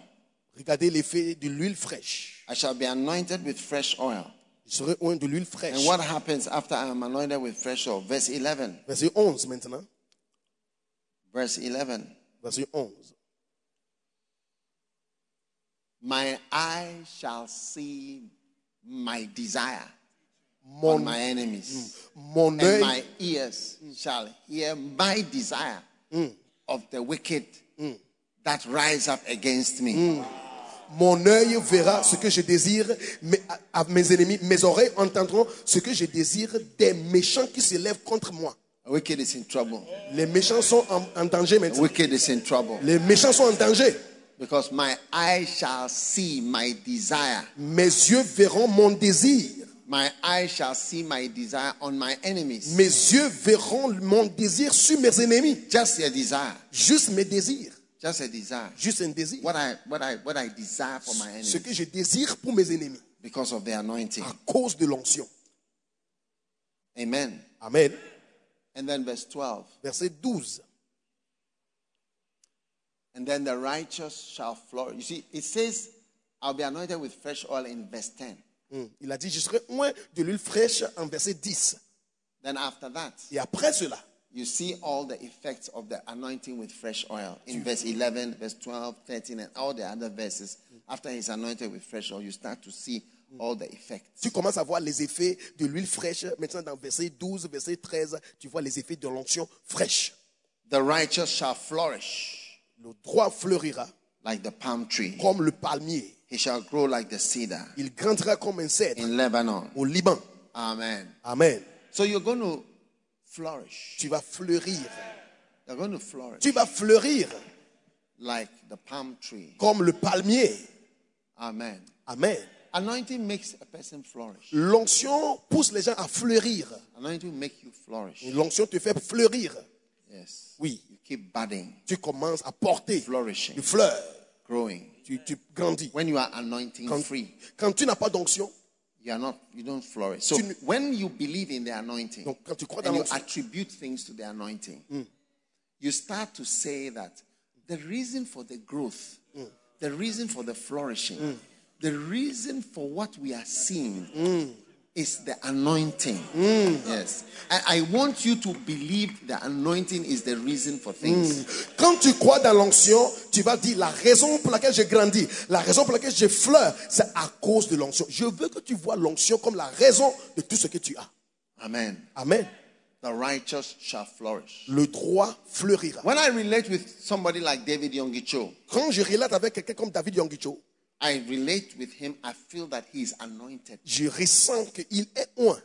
B: Regardez l'effet de l'huile fraîche.
A: I shall be anointed with fresh oil.
B: Je serai oint de l'huile fraîche.
A: And what happens after I am anointed with fresh oil? Verse 11.
B: Verset 11 maintenant.
A: Verse 11.
B: Verset 11.
A: My eye shall see my desire on
B: Mon, Mm.
A: my enemies,
B: mon
A: and
B: œil,
A: my ears shall hear my desire of the wicked that rise up against me.
B: mon œil verra ce que je désire mais à, à mes ennemis. Mes oreilles entendront ce que je désire des méchants qui se lèvent contre moi.
A: The wicked is in trouble.
B: Les méchants sont en, en danger
A: The
B: maintenant.
A: wicked is in trouble
B: Les méchants sont en danger.
A: because my eye shall see my desire.
B: Mes yeux verront mon désir.
A: My eye shall see my desire on my enemies.
B: Mes yeux verront mon désir sur mes ennemis.
A: Just a desire.
B: Juste mes désirs.
A: Just a desire.
B: juste un désir.
A: What I what I what I desire for my
B: Ce
A: enemy
B: que je désire pour mes ennemis,
A: because of the anointing.
B: à cause de l'onction.
A: Amen.
B: Amen.
A: And then verse 12.
B: Verset 12.
A: And then the righteous shall flourish. You see, it says, I'll be anointed with fresh oil in verse 10.
B: Hmm. Il a dit, je serai loin de l'huile fraîche en verset 10.
A: Then after that,
B: Et après cela,
A: you see all the effects of the anointing with fresh oil in verse 11, verse 12, 13, and all the other verses. After he's anointed with fresh oil, you start to see all the effects.
B: tu commences à voir les effets de l'huile fraîche. Maintenant, dans verset 12, verset 13, tu vois les effets de l'onction fraîche.
A: The righteous shall flourish
B: Le droit fleurira
A: like the palm tree,
B: comme le palmier.
A: he shall grow like the cedar
B: Il grandira comme un cèdre
A: in Lebanon.
B: au Liban.
A: Amen.
B: Amen.
A: So you're going to flourish.
B: Tu vas fleurir.
A: You're going to flourish
B: Tu vas fleurir
A: like the palm tree.
B: comme le palmier.
A: Amen.
B: Amen.
A: Anointing makes a person flourish.
B: L'onction pousse les gens à fleurir.
A: Anointing will make you flourish.
B: L'onction te fait fleurir.
A: Yes.
B: Oui.
A: You keep budding,
B: Tu commences à porter
A: flourishing,
B: des fleurs.
A: growing.
B: Tu, tu grandis.
A: When you are anointing
B: Quand,
A: free,
B: quand tu n'as pas d'onction,
A: you are not you don't flourish. So
B: Tu ne-
A: when you believe in the anointing
B: donc quand tu crois dans
A: and you
B: l'onction,
A: attribute things to the anointing, you start to say that the reason for the growth, the reason for the flourishing, the reason for what we are seeing is the anointing. Yes. I, I want you to believe the anointing is the reason for
B: Mm.
A: things.
B: quand tu crois dans l'onction, tu vas dire la raison pour laquelle j'ai grandi, la raison pour laquelle j'ai fleur, c'est à cause de l'onction. Je veux que tu vois l'onction comme la raison de tout ce que tu as.
A: Amen.
B: Amen.
A: The righteous shall flourish.
B: Le droit fleurira.
A: When I relate with somebody like David Yongicho,
B: Quand je relate avec quelqu'un comme David Yongicho,
A: I relate with him, I feel that he is anointed.
B: je ressens qu'il est un.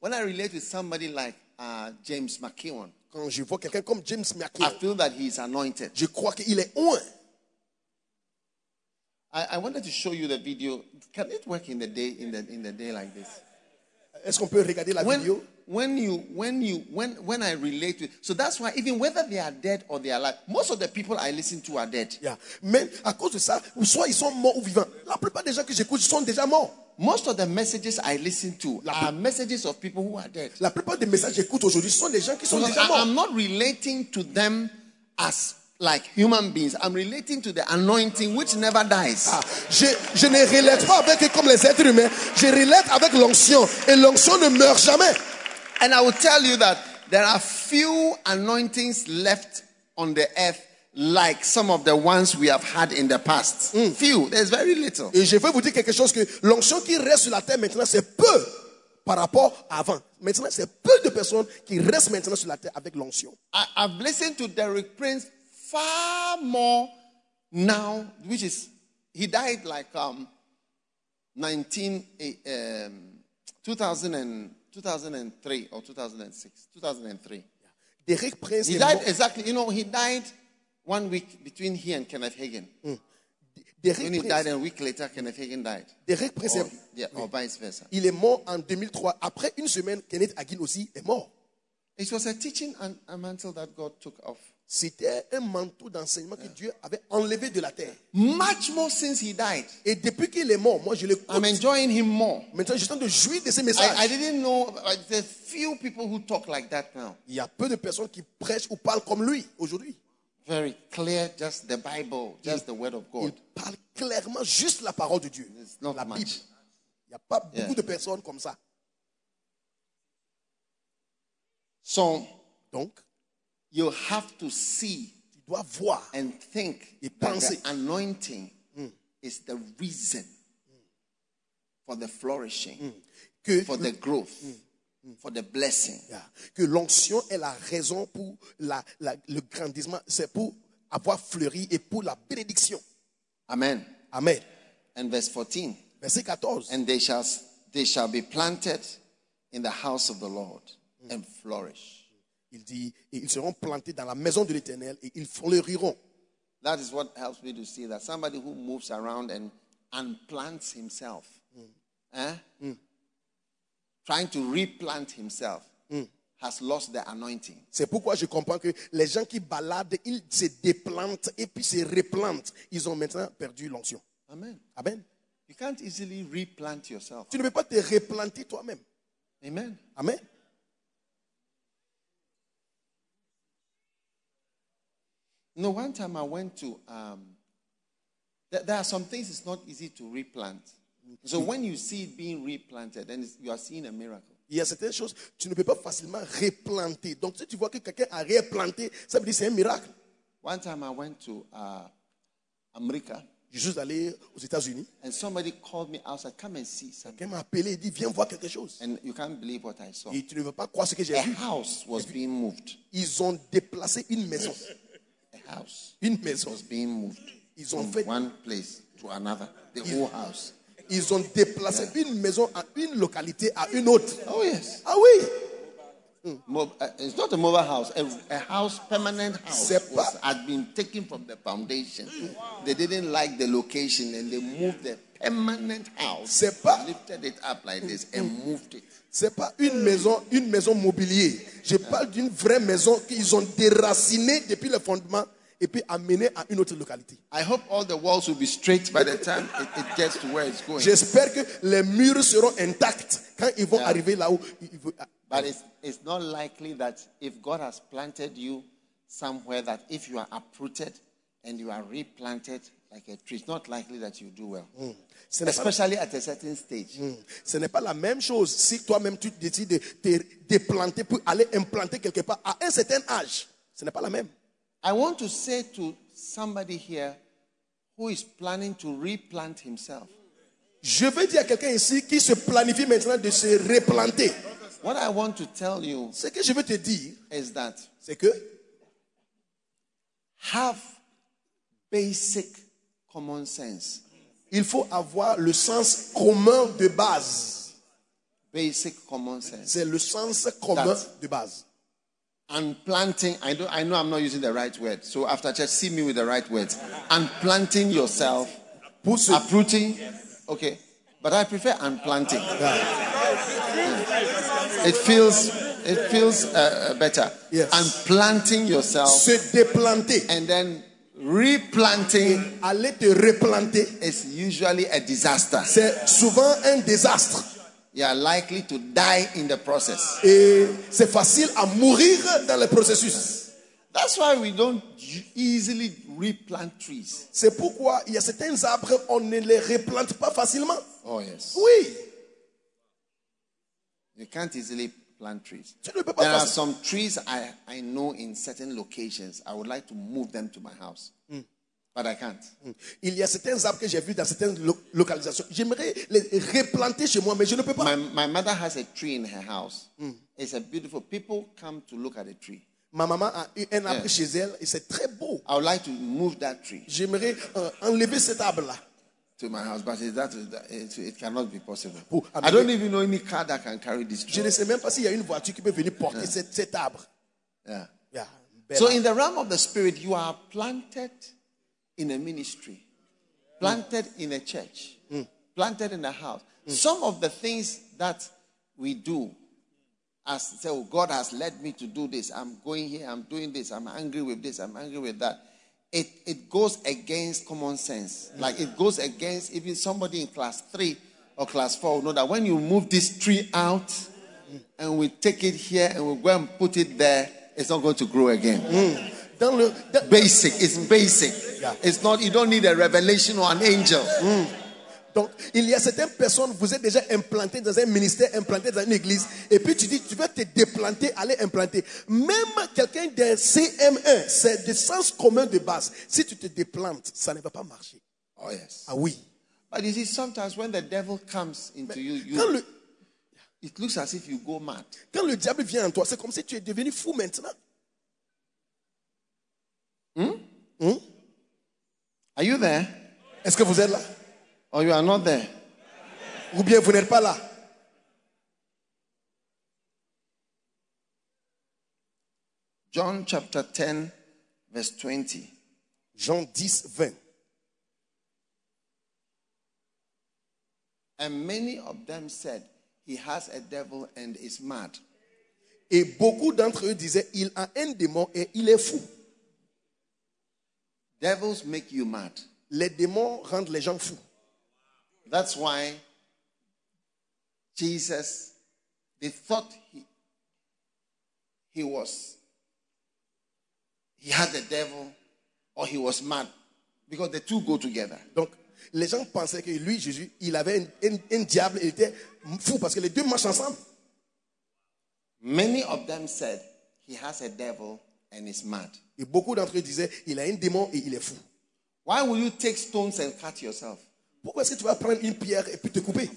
A: When I relate with somebody like uh, James McKeown,
B: Quand je vois quelqu'un comme James
A: I
B: McLean,
A: feel that he is anointed.
B: je crois qu'il est un.
A: I, I wanted to show you the video. Can it work in the day in the in the day like this?
B: Est-ce qu'on peut regarder la
A: When
B: vidéo
A: when you when you when when I relate with so that's why even whether they are dead or they are alive, most of the people I listen to are dead.
B: Yeah. Mais à cause de ça, ou soit ils sont morts ou vivants. La plupart des gens que j'écoute sont déjà morts.
A: Most of the messages I listen to are messages of people who are dead.
B: La plupart des messages que j'écoute aujourd'hui sont des gens qui sont
A: Because
B: déjà
A: I,
B: morts.
A: I'm not relating to them as like human beings. I'm relating to the anointing which never dies.
B: Ah, je, je ne relève pas avec eux comme les êtres humains. Je relève avec l'onction. Et l'onction ne meurt jamais.
A: And I will tell you that there are few anointings left on the earth like some of the ones we have had in the past. Few. There's very little.
B: Et je vais vous dire quelque chose que l'onction qui reste sur la terre maintenant, c'est peu par rapport à avant. Maintenant, c'est peu de personnes qui restent maintenant sur la terre avec l'onction.
A: I, I've listened to Derek Prince far more now, which is, he died like um, 19, eh, um, 2000 and- 2003 or 2006, 2003.
B: Derek Prince
A: He
B: est
A: died
B: mort-
A: exactly, you know, he died one week between he and Kenneth Hagin.
B: Derek
A: When he
B: Prince-
A: died, and a week later, Kenneth Hagin died.
B: Derek Prince
A: Or,
B: est-
A: yeah, or vice versa.
B: il est mort en 2003. Après une semaine, Kenneth Hagin aussi est mort.
A: It was a teaching and a mantle that God took off.
B: C'était un manteau d'enseignement que Dieu avait enlevé de la terre.
A: Much more since he died.
B: Et depuis qu'il est mort, moi je l'écoute.
A: I'm enjoying him more.
B: Maintenant, je tente de jouir de ces messages.
A: I, I didn't know. uh, There's few people who talk like that now.
B: Il y a peu de personnes qui prêchent ou parlent comme lui aujourd'hui.
A: Very clear, just the Bible, just the Word of
B: Il
A: God.
B: parle clairement juste la parole de Dieu,
A: It's not
B: la Bible.
A: much.
B: Il n'y a pas
A: Yeah.
B: beaucoup de personnes comme ça.
A: So
B: Donc,
A: you have to see
B: tu dois voir.
A: and think
B: Et
A: that the
B: penser.
A: anointing
B: Mm.
A: is the reason for the flourishing,
B: Mm. que,
A: for the growth,
B: Mm.
A: for the blessing.
B: Yeah. que l'onction est la raison pour la- la- le grandissement, c'est pour avoir fleuri et pour la bénédiction.
A: Amen.
B: Amen.
A: And verse 14.
B: Verset 14.
A: And they shall they shall be planted in the house of the Lord
B: Mm.
A: and flourish.
B: Il dit, et ils seront plantés dans la maison de l'Éternel et ils fleuriront.
A: That is what helps me to see that somebody who moves around and unplants himself, eh? trying to replant himself, has lost the anointing.
B: C'est pourquoi je comprends que les gens qui baladent, ils se déplantent et puis se replantent. Ils ont maintenant perdu l'onction.
A: Amen.
B: Amen.
A: You can't easily replant yourself.
B: Tu ne peux pas te replanter toi-même.
A: Amen.
B: Amen.
A: No, one time I went to. Um, th- there are some things it's not easy to replant. So when you see it being replanted, then it's, you are seeing a miracle.
B: Il y a certaines choses, tu ne peux pas facilement replanter. Donc, si tu vois que quelqu'un a replanté, ça veut dire que c'est un miracle.
A: One time I went to uh, America,
B: Je suis allé aux États-Unis.
A: and somebody called me outside, come and see something.
B: Quelqu'un m'a appelé et dit Viens voir quelque chose.
A: And you can't believe what I saw.
B: Et tu ne veux pas croire ce que j'ai
A: A
B: vu.
A: house was being moved.
B: Ils ont déplacé une maison.
A: A house
B: Une maison.
A: was being moved
B: Ils ont
A: from
B: fait.
A: one place to another. The whole house.
B: Ils ont déplacé une maison à une localité à une autre.
A: Oh, yes.
B: Ah oui
A: Mob- uh, it's not a mobile house. A, a house, permanent house,
B: C'est
A: was,
B: pas-
A: had been taken from the foundation. They didn't like the location and they moved the permanent house,
B: C'est pas-
A: lifted it up like this, and moved it.
B: C'est pas une maison, une maison mobilier. Je parle d'une vraie maison qu'ils ont déracinée depuis le fondement et puis amenée à une autre localité.
A: I hope all the walls will be straight by the time it, it gets to where it's going.
B: J'espère que les murs seront intacts quand ils vont
A: Yeah.
B: arriver là-haut. Ils- ils vont- ah,
A: But it's, it's not likely that if God has planted you somewhere, that if you are uprooted and you are replanted like a tree, it's not likely that you do well.
B: Ce n'est pas,
A: Especially at a certain stage.
B: ce n'est pas la même chose si toi-même tu décides de te déplanter pour aller implanter quelque part à un certain âge. Ce n'est pas la même.
A: I want to say to somebody here who is planning to replant himself.
B: Je veux dire à quelqu'un ici qui se planifie maintenant de se replanter.
A: What I want to tell you
B: Ce que je veux te dire,
A: is that
B: c'est que
A: have basic common sense.
B: il faut avoir le sens commun de base.
A: Basic common sense.
B: C'est le sens commun
A: That-
B: de base.
A: Unplanting, I, don't, I know I'm not using the right word, so after church, see me with the right words. Unplanting yourself,
B: Pour se
A: Ah. uprooting, okay, but I prefer unplanting. It feels, it feels uh, uh, better.
B: Yes.
A: Unplanting yourself
B: se déplanter,
A: and then replanting
B: aller te replanter,
A: is usually a disaster.
B: c'est souvent un désastre.
A: You are likely to die in the process.
B: Et c'est facile à mourir dans le processus.
A: That's why we don't easily replant trees.
B: C'est pourquoi il y a certains arbres, on ne les replante pas facilement.
A: Oh, yes.
B: Oui,
A: You can't easily plant trees.
B: tu ne
A: There
B: peux pas
A: are
B: facilement.
A: some trees I, I know in certain locations. I would like to move them to my house, but I can't.
B: Mm. Il y a certains arbres que j'ai vus dans certaines lo- localisations. J'aimerais les replanter chez moi, mais je ne peux pas.
A: My, my mother has a tree in her house. It's a beautiful. People come to look at the tree.
B: Ma maman a eu un arbre
A: Yeah.
B: chez elle et c'est très beau.
A: I would like to move that tree
B: J'aimerais euh, enlever cet arbre-là.
A: to my house, but it, that, it, it cannot be possible.
B: Oh, I
A: I don't even know any car that can carry this
B: Je
A: tree.
B: ne sais même pas s'il y a une voiture qui peut venir porter cet, cet arbre.
A: Yeah.
B: Yeah, bel
A: Eh. So,
B: arbre.
A: in the realm of the spirit, you are planted in a ministry, planted in a church, planted in a house. Some of the things that we do, as say, oh, God has led me to do this, I'm going here, I'm doing this, I'm angry with this, I'm angry with that. It, it goes against common sense. Like it goes against even somebody in class three or class four will know that when you move this tree out and we take it here and we go and put it there, it's not going to grow again
B: Dans le, dans-
A: basic. It's basic.
B: Yeah.
A: It's not. You don't need a revelation or an angel.
B: Donc, il y a certaines personnes, vous êtes déjà implanté dans un ministère, implanté dans une église, et puis tu dis, tu vas te déplanter, aller implanter. Même quelqu'un d'un CM1, c'est du sens commun de base. Si tu te déplantes, ça ne va pas marcher.
A: Oh yes.
B: Ah oui.
A: But you see, sometimes when the devil comes into you,
B: Quand
A: you
B: le,
A: it looks as if you go mad.
B: quand le diable vient en toi, c'est comme si tu es devenu fou maintenant.
A: Are you there?
B: Est-ce que vous êtes là
A: Or you are not there?
B: Ou bien vous n'êtes pas là
A: John chapter 10, verse 20.
B: Jean 10, 20.
A: And many of them said, He has a devil and is mad.
B: Et beaucoup d'entre eux disaient, il a un démon et il est fou.
A: Devils make you mad.
B: Les démons rendent les gens fous.
A: That's why Jesus, they thought he, he was, he had the devil or he was mad because the two go together.
B: Donc, les gens pensaient que lui, Jésus, il avait un, un- un diable, il était fou parce que les deux marchent ensemble.
A: Many of them said he has a devil and is mad.
B: Et beaucoup d'entre eux disaient, il a un démon et il est fou.
A: Why will you take stones and cut yourself
B: Pourquoi est-ce que tu vas prendre une pierre et puis te couper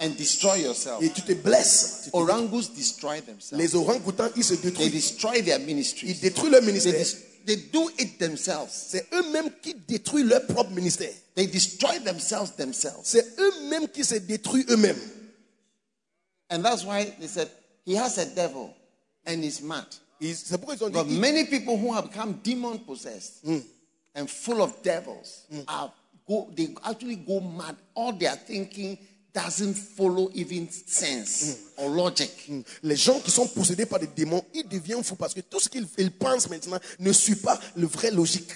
A: and destroy yourself?
B: Et tu te blesses. Tu te-
A: Orangus destroy themselves.
B: Les orang-outans, ils se
A: They
B: détruisent.
A: destroy their
B: Ils
A: ministries.
B: détruisent leur
A: They,
B: ministère.
A: dis- they do it themselves.
B: C'est eux-mêmes qui détruisent leur propre ministère.
A: They destroy themselves themselves.
B: C'est eux-mêmes qui se détruisent eux-mêmes.
A: And that's why they said he has a devil and is mad.
B: Ils- C'est pourquoi ils ont
A: But
B: dit,
A: many people who have become demon possessed and full of devils are go, they actually go mad. All their thinking doesn't follow even sense or logic.
B: Hmm, les gens qui sont possédés par des démons, ils deviennent fous parce que tout ce qu'ils ils pensent maintenant ne suit pas le vrai logique.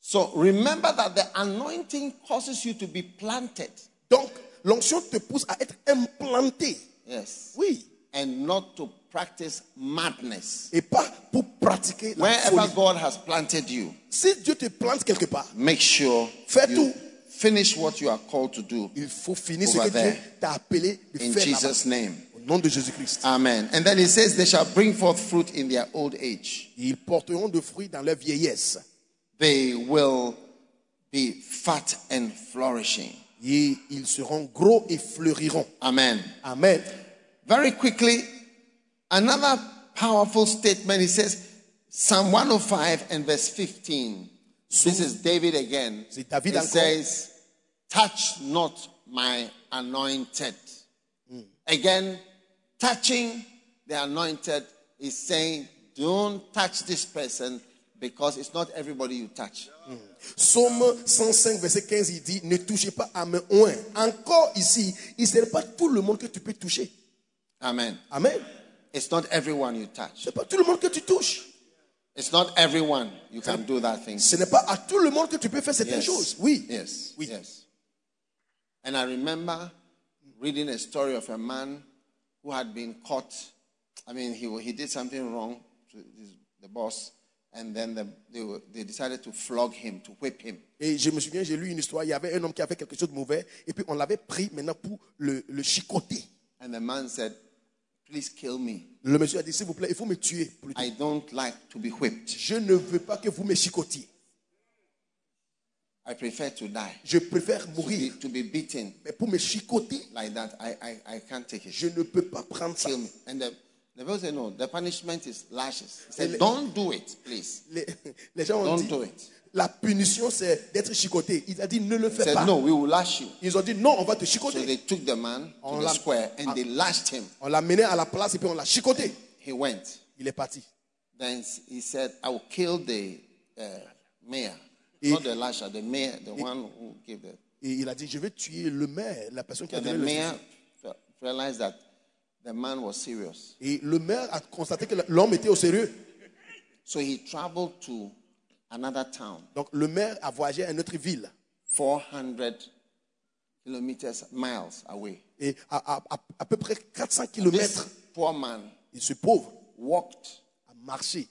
A: So remember that the anointing causes you to be planted.
B: Donc, l'onction te pousse à être implanté.
A: Yes.
B: Oui.
A: And not to practice madness.
B: Et pas pour pratiquer la
A: Wherever
B: folie.
A: God has planted you,
B: Si Dieu te plante quelque part,
A: make sure
B: Fais
A: you
B: tout.
A: finish what you are called to do.
B: il faut finir ce
A: Over
B: que Dieu
A: there.
B: t'a appelé de
A: In
B: faire là-bas.
A: Jesus' name.
B: Au nom de Jésus-Christ.
A: Amen. And then it says, They shall bring forth fruit in their old age.
B: Ils porteront de fruits dans leur vieillesse.
A: They will be fat and flourishing.
B: Et ils seront gros et fleuriront.
A: Amen.
B: Amen.
A: Very quickly, another powerful statement. It says, Psalm 105 and verse 15. This is David again.
B: C'est David
A: He
B: encore.
A: says, Touch not my anointed. Again, touching the anointed is saying, Don't touch this person because it's not everybody you touch.
B: Psaume 105, verset 15, il dit Ne touchez pas à mes oins. Encore ici, il ne serait pas tout le monde que tu peux toucher.
A: Amen.
B: Amen.
A: It's not everyone you touch.
B: Ce n'est pas tout le monde que tu touches.
A: It's not everyone you can do that thing.
B: Ce n'est pas à tout le monde que tu peux faire certaines choses. Oui.
A: Yes.
B: Oui.
A: Yes. And I remember reading a story of a man who had been caught. I mean, he, wa- he did something wrong to his, the boss, and then the, they, were, they decided to flog him, to whip him.
B: Et je me souviens, j'ai lu une histoire. Il y avait un homme qui avait fait quelque chose de mauvais. Et puis on l'avait pris maintenant pour le, le chicoter.
A: And the man said, Please kill me.
B: Le monsieur a dit S'il vous plaît, il faut me tuer. plutôt.
A: I don't like to be whipped.
B: Je ne veux pas que vous me chicotiez.
A: I prefer to die.
B: Je préfère
A: To be,
B: mourir.
A: to be beaten
B: Mais pour me chicoter,
A: like that, I, I, I can't take it.
B: je ne peux pas prendre ça.
A: Kill me. And the, the people said, No, the punishment is lashes. He said,
B: Ele-
A: Don't do it, please.
B: Les, les gens ont
A: Don't
B: dit
A: do it.
B: La punition, c'est d'être chicoté. Il a dit Ne le
A: He
B: fais
A: said,
B: pas.
A: No, we will lash you.
B: Ils ont dit Non, on va te
A: So
B: chicoter.
A: they took the man to
B: On
A: the
B: l'a-
A: square and they lashed him.
B: On l'a mené à la place et puis on l'a chicoté.
A: He went.
B: Il est parti.
A: Then he said, I will kill the uh, mayor.
B: Et-
A: Not the lasher, the mayor, the one who gave the.
B: Et il a dit Je vais tuer le maire, la personne qui a
A: And the
B: donné le
A: mayor fe- realized that the man was serious.
B: Et le maire a constaté que l'homme était au sérieux.
A: So he traveled to another town,
B: Donc le maire a voyagé à une autre ville
A: 400 kilometers, miles away.
B: et à, à- à- à peu près 400
A: This
B: kilomètres.
A: poor man
B: Et ce pauvre
A: walked
B: a marché.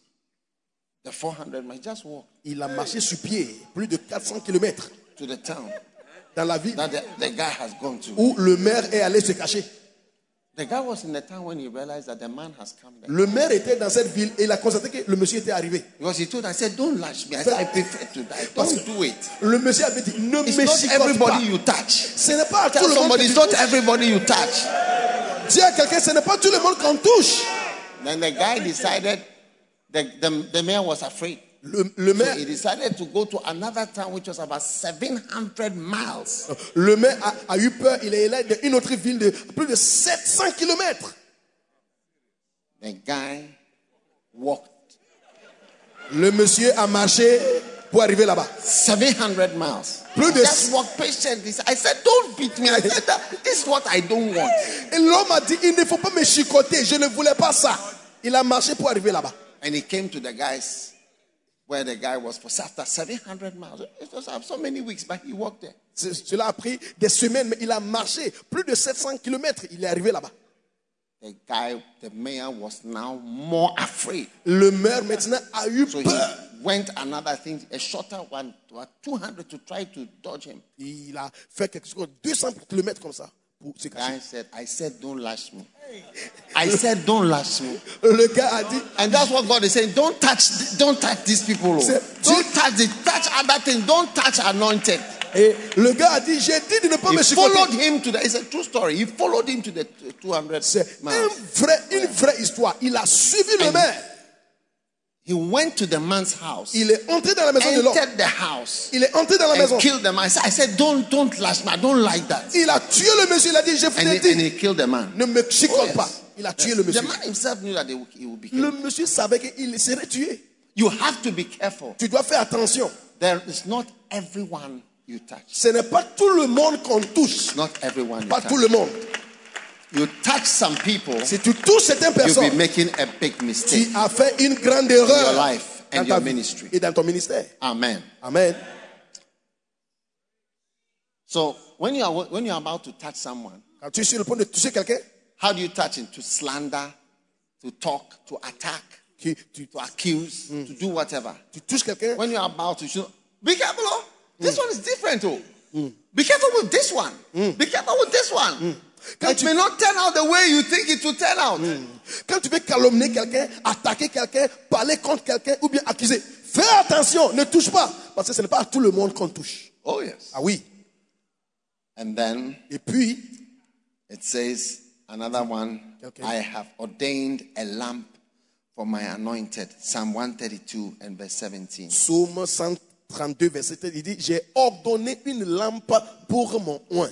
A: the 400 miles, just walked
B: Il a marché sur pied plus de 400 kilomètres
A: to the town
B: dans la ville
A: that the, the guy has gone to.
B: où le maire est allé se cacher.
A: The guy was in the town when he realized that the man has come there.
B: Le maire était dans cette ville et il a constaté que le monsieur était arrivé.
A: Because he told, I said, don't lash me. I said, I prefer to die.
B: Parce
A: Don't
B: que-
A: do it.
B: Le monsieur avait dit ne me
A: It's not
B: chicote pas.
A: everybody you touch.
B: Ce n'est pas à tout
A: Tell
B: le monde.
A: somebody,
B: que
A: it's
B: tu
A: not everybody you touch.
B: touches. Dis à quelqu'un, ce n'est pas tout le monde qu'on touche.
A: Then the guy decided, the, the, the mayor was afraid.
B: Le, le
A: So
B: maire,
A: he decided to go to another town, which was about 700 miles.
B: euh, le maire a, a eu peur. Il est allé dans une autre ville de plus de 700 kilomètres.
A: The guy walked
B: Le monsieur a marché pour arriver là-bas.
A: 700 miles.
B: Plus de-
A: Just walk patiently. I said, don't beat me. I said, that, this is what I don't want.
B: Et l'homme a dit, il ne faut pas me chicoter, je ne voulais pas ça. Il a marché pour arriver là-bas.
A: And he came to the guys where the guy was for after 700 miles. It was so many weeks, but he walked there.
B: Ce- Cela a pris des semaines, mais il a marché plus de 700 km. Il est arrivé là-bas.
A: The guy, the mayor, was now more afraid.
B: Le maire maintenant a eu
A: So
B: peur.
A: he went another thing, a shorter one, to a 200 to try to dodge him.
B: Il a fait quelque chose, 200 km comme ça pour se cacher.
A: Guy said, I said, don't lash me. I said, don't lash me.
B: Le gars a dit,
A: And that's what God is saying. Don't touch, don't touch these people. oh.
B: Say-
A: Don't touch it. Touch other things. Don't touch anointed.
B: et le gars a dit, j'ai dit de ne pas
A: He
B: me
A: followed
B: chicoter.
A: him to the. It's a true story. He followed him to the t- 200
B: C'est un
A: miles.
B: vrai, une vraie histoire. Il a suivi le maire.
A: He went to the man's house,
B: Il est entré dans la maison de l'homme.
A: entered the house,
B: Il est entré dans la
A: and
B: maison.
A: killed the man. I said- I said, "Don't, don't lash me. I don't like that."
B: Il a tué le monsieur. Il a dit, je vous
A: And
B: l'ai
A: he, and
B: dit,
A: he killed the man.
B: ne me chicote
A: Oh, yes.
B: pas. Il a tué le
A: The
B: monsieur.
A: man himself knew that they would- he would be
B: Le
A: killed.
B: monsieur savait qu'il serait tué.
A: You have to be careful.
B: Tu dois faire attention.
A: There is not everyone you touch.
B: Ce n'est pas tout le monde qu'on touche.
A: Not everyone. You
B: Pas
A: touch.
B: tout le monde.
A: you touch some people.
B: Si tu touches certaines
A: You'll be
B: personnes,
A: making a big mistake.
B: tu as fait une grande
A: your
B: erreur
A: life
B: dans
A: and
B: ta
A: your
B: vie
A: ministry.
B: et dans ton ministère.
A: Amen.
B: Amen.
A: So when you are when you are about to touch someone,
B: Quand tu es sur le point de toucher quelqu'un,
A: how do you touch him? To slander, to talk, to attack,
B: qui- tu,
A: to accuse, to do whatever.
B: tu touches quelqu'un,
A: When you are about to, you know, be careful. Oh, this one is different. Oh, be careful with this one. Be careful with this one.
B: Can't
A: It
B: you-
A: may not turn out the way you think it will turn out.
B: quand tu veux calomnier quelqu'un, attaquer quelqu'un, parler contre quelqu'un ou bien accuser, fais attention, ne touche pas. Parce que ce n'est pas à tout le monde qu'on touche.
A: Oh yes.
B: Ah oui.
A: And then
B: Et puis,
A: It says, another one,
B: Okay.
A: I have ordained a lamp for my anointed. Psalm 132 and verse 17.
B: Psaume 132, verset 7, il dit, j'ai ordonné une lampe pour mon oin.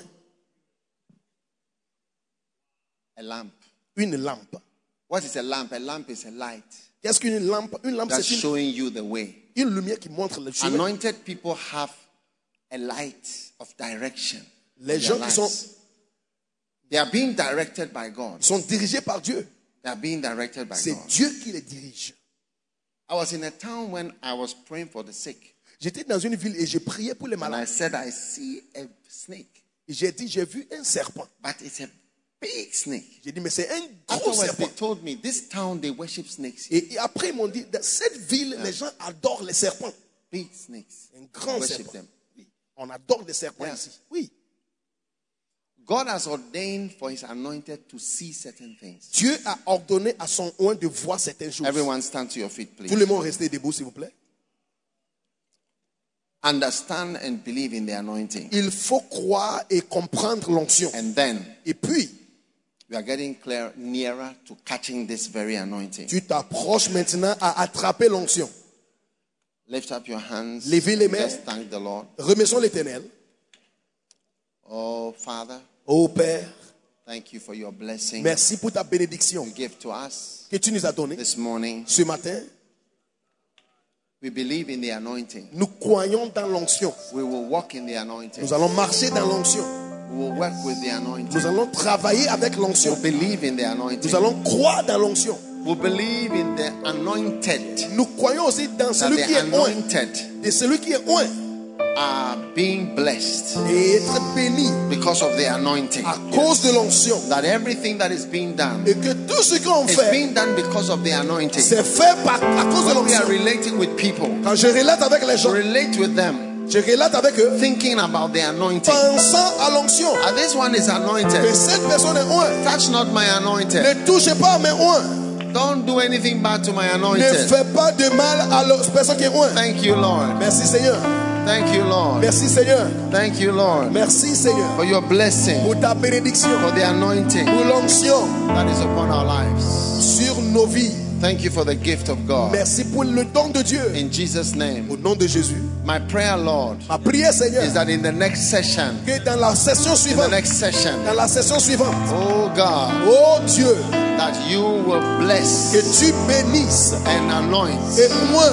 A: A lamp.
B: Une lampe.
A: What is a lamp? A lamp is a light
B: Qu'est-ce qu'une lampe Une lampe,
A: that's
B: c'est une,
A: showing you the way.
B: une lumière qui montre le chemin.
A: Anointed people have a light of direction.
B: Les
A: in their
B: gens qui
A: lives.
B: sont-
A: They are being directed by God.
B: Ils sont dirigés par Dieu.
A: They are being directed by
B: C'est
A: God.
B: Dieu qui les dirige.
A: I was in a town when I was praying for the sick.
B: J'étais dans une ville et j'ai prié pour les
A: And
B: malades.
A: I said, I see a snake,
B: Et J'ai dit, j'ai vu un serpent.
A: but it's a big snake.
B: J'ai dit, mais c'est un gros
A: Afterwards, they
B: serpent.
A: told me this town they worship snakes. here.
B: Et, et après, ils m'ont dit, dans cette ville, les gens adorent les serpents.
A: Big snakes.
B: Un grand
A: worship
B: serpent.
A: them.
B: Oui. On adore les serpents
A: Yeah.
B: ici. Oui.
A: God has ordained for His anointed to see certain things.
B: Dieu a ordonné à son oin de voir certaines choses.
A: Everyone, stand to your feet,
B: Tout
A: please.
B: le monde restez debout, s'il vous plaît.
A: Understand and believe in the anointing,
B: Il faut croire et comprendre l'onction.
A: and then
B: Et puis,
A: we are getting clear, nearer to catching this very anointing.
B: tu t'approches maintenant à attraper l'onction.
A: Lift up your hands.
B: Levez les mains.
A: Just thank the Lord.
B: Remercions l'éternel.
A: Oh Father,
B: Ô Père,
A: thank you for your blessing
B: merci pour ta bénédiction
A: you give to us
B: que tu nous as donnée
A: this morning.
B: ce matin.
A: We believe in the anointing.
B: Nous croyons dans l'onction.
A: We will walk in the anointing.
B: Nous allons marcher dans l'onction.
A: We will work with the anointing.
B: Nous allons travailler avec
A: We'll
B: l'onction.
A: believe in the anointing.
B: Nous allons croire dans l'onction.
A: We believe in the anointed.
B: Nous croyons aussi dans
A: That
B: celui qui
A: the
B: est oint.
A: anointed
B: Et celui qui est oint
A: are being blessed
B: et être béni
A: because of the anointing.
B: à cause de l'onction.
A: That everything that is being done
B: Et que tout ce qu'on
A: is
B: fait,
A: being done because of the anointing.
B: c'est fait par, à cause de
A: When we
B: l'onction.
A: are relating with people,
B: Quand je relate avec les gens,
A: relate with them,
B: je relate avec eux,
A: thinking about the anointing.
B: pensant à l'onction.
A: Ah, this one is
B: Que
A: anointed.
B: cette personne est oint.
A: Touch not my anointed.
B: Ne touchez pas mes oints.
A: Don't do anything bad to my
B: Ne
A: anointed.
B: fais pas de mal à la personne qui est oint.
A: Thank you, Lord.
B: Merci Seigneur.
A: Thank you, Lord.
B: Merci Seigneur.
A: Thank you, Lord,
B: Merci Seigneur.
A: for your blessing,
B: Pour ta bénédiction,
A: for the anointing
B: pour l'onction
A: that is upon our lives.
B: sur nos vies.
A: Thank you for the gift of God.
B: Merci pour le don de Dieu.
A: In Jesus' name.
B: Au nom de Jésus.
A: My prayer, Lord,
B: Ma prière
A: is
B: Seigneur,
A: that in the next session,
B: que dans la
A: in
B: session
A: the
B: suivante,
A: next session,
B: dans la session suivante,
A: oh God,
B: oh Dieu,
A: that you will bless
B: que tu bénisses
A: and anoint
B: et moins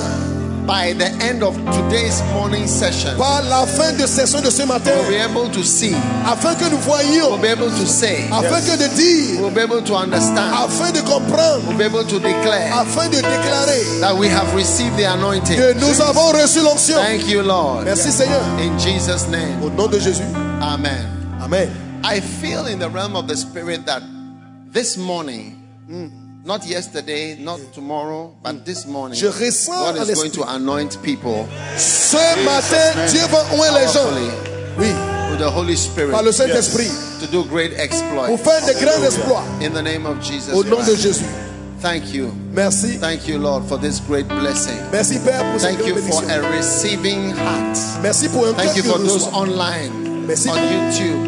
A: by the end of today's morning session,
B: Par la fin de session de ce matin,
A: we'll be able to see,
B: afin que nous
A: we'll
B: voyions,
A: be able to say,
B: afin que de dire,
A: we'll be able to understand,
B: afin de comprendre,
A: we'll be able to declare
B: afin de déclarer
A: that we have received the anointing.
B: que nous avons reçu l'onction.
A: Thank you, Lord.
B: Merci Seigneur.
A: In Jesus' name,
B: Au nom de Jésus.
A: Amen.
B: Amen.
A: I feel in the realm of the spirit that this morning, mm, not yesterday, not tomorrow, but this morning,
B: Je ressens
A: God
B: à
A: is going
B: l'esprit.
A: to anoint people
B: Ce matin, Dieu va ouer les gens.
A: powerfully
B: Oui,
A: with the Holy Spirit
B: par le Saint-Esprit.
A: to do great
B: Pour
A: exploits
B: faire de grands exploits.
A: in the name of Jesus.
B: Au nom de
A: Christ.
B: Jésus.
A: Thank you.
B: Merci.
A: Thank you, Lord, for this great blessing.
B: Merci Père pour cette
A: Thank
B: grande
A: you
B: bénédiction.
A: for a receiving heart.
B: Merci pour un cœur
A: Thank
B: qui
A: you for those
B: reçoit.
A: online,
B: Merci.
A: on YouTube,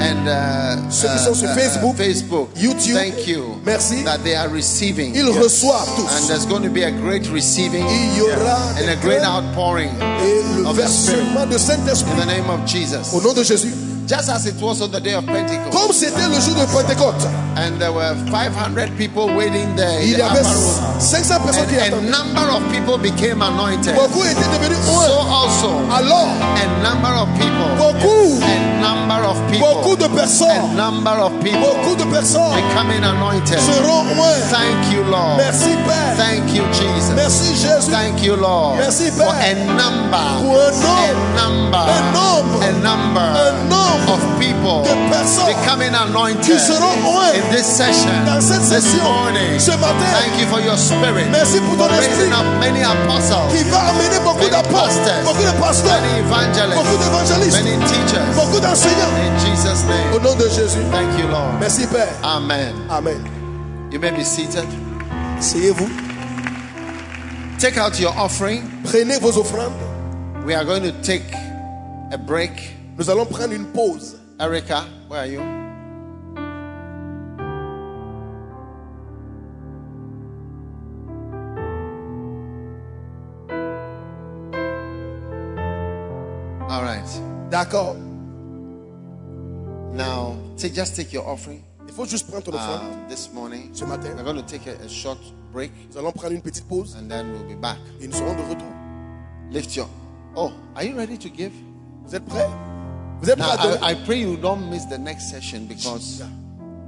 A: and uh,
B: Ceux qui sont sur
A: uh, uh,
B: Facebook,
A: Facebook,
B: YouTube.
A: Thank you.
B: Merci.
A: That they are receiving.
B: Ils reçoivent
A: And
B: tous.
A: there's going to be a great receiving
B: Il y aura
A: and a
B: des
A: great
B: grands
A: outpouring
B: et le
A: of the Spirit
B: versement de
A: in
B: Saint-Esprit
A: the name of Jesus.
B: au nom de Jésus.
A: Just as it was on the day of Pentecost,
B: Comme c'était le jour de Pentecôte,
A: and there were 500 people waiting there in
B: il y
A: the
B: avait
A: upper room,
B: 500 personnes
A: and
B: qui
A: a
B: attendaient.
A: number of people became anointed.
B: Beaucoup étaient devenus
A: So
B: un.
A: also,
B: Alors,
A: a number of people,
B: beaucoup,
A: a number of
B: beaucoup
A: people,
B: de
A: a
B: personnes,
A: number of people
B: beaucoup de personnes
A: becoming anointed.
B: seront un.
A: Thank you, Lord.
B: Merci Père,
A: Thank you, Jesus.
B: merci Jésus,
A: Thank you, Lord.
B: Merci,
A: for a
B: Père.
A: number,
B: pour un nombre,
A: a number,
B: un nombre,
A: a number
B: un nombre
A: of people
B: de personnes
A: becoming anointed
B: qui seront un
A: in this session,
B: dans cette
A: this
B: session,
A: morning.
B: ce matin.
A: Thank you for your spirit,
B: Merci pour ton esprit
A: raising up many apostles,
B: qui va amener beaucoup
A: many
B: d'apôtres,
A: pastors,
B: beaucoup de pasteurs,
A: many
B: beaucoup
A: evangelists,
B: d'évangélistes,
A: many teachers.
B: beaucoup d'enseignants.
A: In Jesus'
B: Au
A: name,
B: nom de Jésus,
A: thank you, Lord.
B: merci Père.
A: Amen.
B: Amen.
A: You may be seated.
B: Asseyez-vous,
A: Take out your offering.
B: prenez vos offrandes.
A: We are going to take a break.
B: Nous allons prendre une pause.
A: Erica, where are you? All right.
B: D'accord.
A: Now, take, just take your offering
B: Il faut juste prendre ton offrande
A: uh, this morning.
B: ce matin.
A: We're going to take a, a short break
B: Nous allons prendre une petite pause
A: and then we'll be back.
B: et nous serons de retour.
A: Lift your. Oh, are you ready to give?
B: Vous êtes prêts Vous êtes prêts
A: Now,
B: à donner
A: I, I pray you don't miss the next session because
B: Yeah.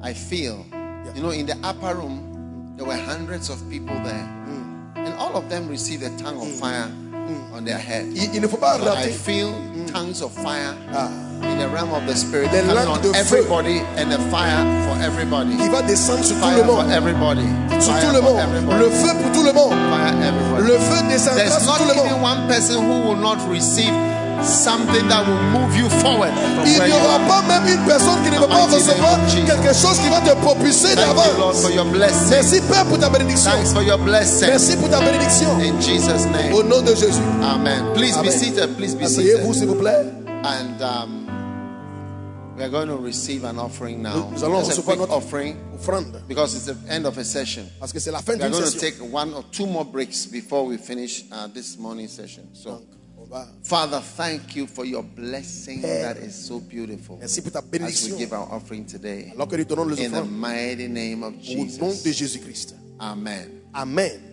A: I feel,
B: Yeah.
A: you know, in the upper room, there were hundreds of people there, and all of them received a tongue of fire on their head.
B: il, il ne faut pas
A: I
B: rater
A: feel tongues of fire
B: Ah.
A: in the realm of the spirit
B: Les
A: coming
B: langues
A: on
B: de feu.
A: everybody, and a fire for everybody.
B: Il va descendre sur tout
A: Fire
B: le
A: for
B: monde.
A: everybody.
B: Sur
A: Fire
B: tout le
A: for
B: monde.
A: everybody.
B: Le feu pour tout le monde.
A: Fire everybody.
B: Le feu descendra
A: There's
B: sur
A: not
B: tout le
A: even
B: monde.
A: one person who will not receive something that will move you forward. from
B: Il
A: where
B: n'y
A: you
B: aura
A: are.
B: pas même une personne qui ne va pas
A: Mighty name
B: recevoir
A: of Jesus.
B: quelque chose qui va te propulser
A: Thank you, Lord,
B: d'avant.
A: for your blessing.
B: Merci Père pour ta bénédiction.
A: Thanks for your blessing.
B: Merci pour ta bénédiction.
A: In Jesus'
B: Au
A: name.
B: nom de Jésus.
A: Amen. Please be
B: Amen.
A: seated. Please be
B: Asseyez-vous
A: seated.
B: s'il vous plaît.
A: And um, we are going to receive an offering now.
B: Nous allons
A: Just a
B: recevoir
A: quick
B: notre
A: offering
B: offrande
A: because it's the end of a session.
B: parce que c'est la fin
A: We are
B: d'une
A: going to
B: session.
A: take one or two more breaks before we finish uh, this morning's session. So,
B: Donc, on va-
A: Father, thank you for your blessing that is so beautiful
B: Merci pour ta
A: as
B: bénédiction.
A: we give our offering today.
B: Alors que nous donnons les
A: In the
B: offrandes
A: mighty name of
B: au nom de
A: Jesus.
B: Jésus-Christ.
A: Amen.
B: Amen.